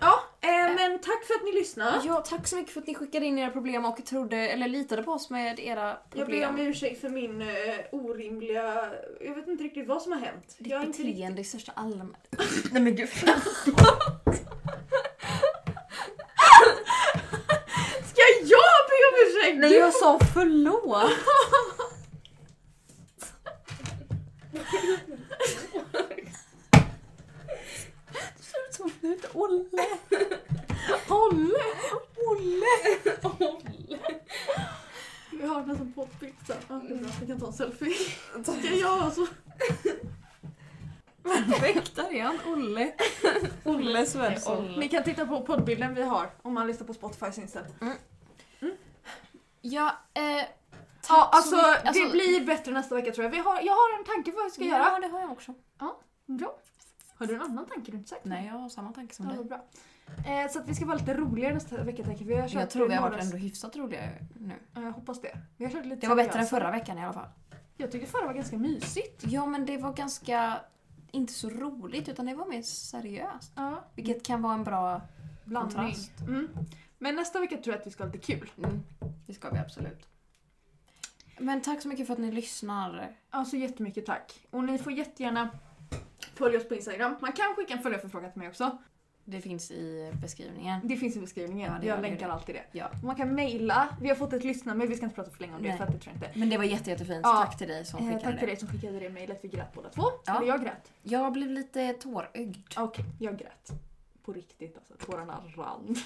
[SPEAKER 2] ja, eh, men tack för att ni lyssnade.
[SPEAKER 1] Ja, tack så mycket för att ni skickade in era problem och trodde, eller litade på oss med era
[SPEAKER 2] Jag ber om
[SPEAKER 1] problem.
[SPEAKER 2] ursäkt för min eh, orimliga... Jag vet inte riktigt vad som har hänt. Jag är
[SPEAKER 1] Ditt
[SPEAKER 2] inte riktigt...
[SPEAKER 1] beteende i största allmänhet.
[SPEAKER 5] Nej men gud.
[SPEAKER 2] Ska jag be om ursäkt?
[SPEAKER 5] Nej jag sa förlåt. Det ser ut som du heter Olle. Olle! Olle!
[SPEAKER 2] Vi har den som pottpizza. Ja, det är bra. Vi kan ta
[SPEAKER 1] [LAUGHS]
[SPEAKER 2] en selfie. Ska jag så?
[SPEAKER 5] Perfekt, där är han. Olle. Olle Svensson.
[SPEAKER 2] Ni kan titta på poddbilden vi har om man lyssnar på Spotify instead.
[SPEAKER 1] Ja, eh, tack
[SPEAKER 2] Ja,
[SPEAKER 1] så
[SPEAKER 2] alltså,
[SPEAKER 1] mycket.
[SPEAKER 2] det blir bättre nästa vecka tror jag. Vi har, jag har en tanke på vad vi ska göra.
[SPEAKER 1] Ja, det har jag också.
[SPEAKER 2] Bra. Har du en annan tanke du inte sagt?
[SPEAKER 1] Nej, jag har samma tanke som
[SPEAKER 2] Ja, vad
[SPEAKER 1] dig.
[SPEAKER 2] bra. Eh, så att vi ska vara lite roligare nästa vecka tänker vi. Vi har kört
[SPEAKER 1] Jag tror vi har varit
[SPEAKER 2] några-
[SPEAKER 1] ändå hyfsat roliga nu.
[SPEAKER 2] Ja, jag hoppas det. Vi har kört lite
[SPEAKER 1] Det var bättre än
[SPEAKER 2] seriösa.
[SPEAKER 1] förra veckan i alla fall.
[SPEAKER 2] Jag tycker förra var ganska mysigt.
[SPEAKER 1] Ja, men det var ganska... Inte så roligt, utan det var mer seriöst.
[SPEAKER 2] Ja,
[SPEAKER 1] Vilket kan vara en bra
[SPEAKER 2] blandning.
[SPEAKER 1] kontrast.
[SPEAKER 2] Mm. Men nästa vecka tror jag att vi ska ha lite kul.
[SPEAKER 1] Mm, det ska vi absolut. Men tack så mycket för att ni lyssnar.
[SPEAKER 2] Alltså jättemycket tack. Och ni får jättegärna följa oss på Instagram. Man kan skicka en följarförfrågan till mig också.
[SPEAKER 1] Det finns i beskrivningen.
[SPEAKER 2] Det finns i beskrivningen.
[SPEAKER 1] Ja, det gör
[SPEAKER 2] jag
[SPEAKER 1] det.
[SPEAKER 2] länkar alltid det.
[SPEAKER 1] Ja.
[SPEAKER 2] Och Man kan mejla. Vi har fått ett lyssnarmail. Vi ska inte prata för länge om det
[SPEAKER 1] Nej.
[SPEAKER 2] för att det tror jag inte.
[SPEAKER 1] Men det var jätte, jättefint.
[SPEAKER 2] Ja.
[SPEAKER 1] Tack till dig som
[SPEAKER 2] Eh,
[SPEAKER 1] skickade
[SPEAKER 2] tack till
[SPEAKER 1] det.
[SPEAKER 2] dig som skickade det mejlet. Vi grät båda två.
[SPEAKER 1] Ja.
[SPEAKER 2] Eller jag grät.
[SPEAKER 1] Jag blev lite tårögd.
[SPEAKER 2] Ah, Okej, jag grät. På riktigt alltså. Tårarna
[SPEAKER 1] [LAUGHS]
[SPEAKER 2] rann.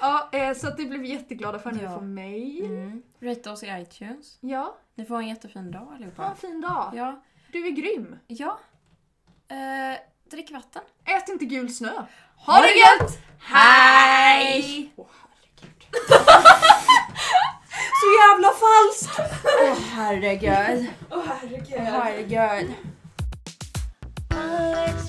[SPEAKER 2] ja, eh, så att det blev vi jätteglada för nu
[SPEAKER 1] Ja.
[SPEAKER 2] från mig.
[SPEAKER 1] Mm. Rita oss i iTunes.
[SPEAKER 2] Ja,
[SPEAKER 1] Ni får ha en jättefin dag
[SPEAKER 2] ha
[SPEAKER 1] allihopa.
[SPEAKER 2] en fin dag.
[SPEAKER 1] Ja.
[SPEAKER 2] Du är grym.
[SPEAKER 1] Ja. Eh, drick vatten.
[SPEAKER 2] Ät inte gul snö.
[SPEAKER 1] Ha det
[SPEAKER 2] gött!
[SPEAKER 1] Hej!
[SPEAKER 2] Åh herregud.
[SPEAKER 5] Så jävla falskt!
[SPEAKER 1] Herregud.
[SPEAKER 5] Åh herregud.
[SPEAKER 1] Herregud.
[SPEAKER 3] Alex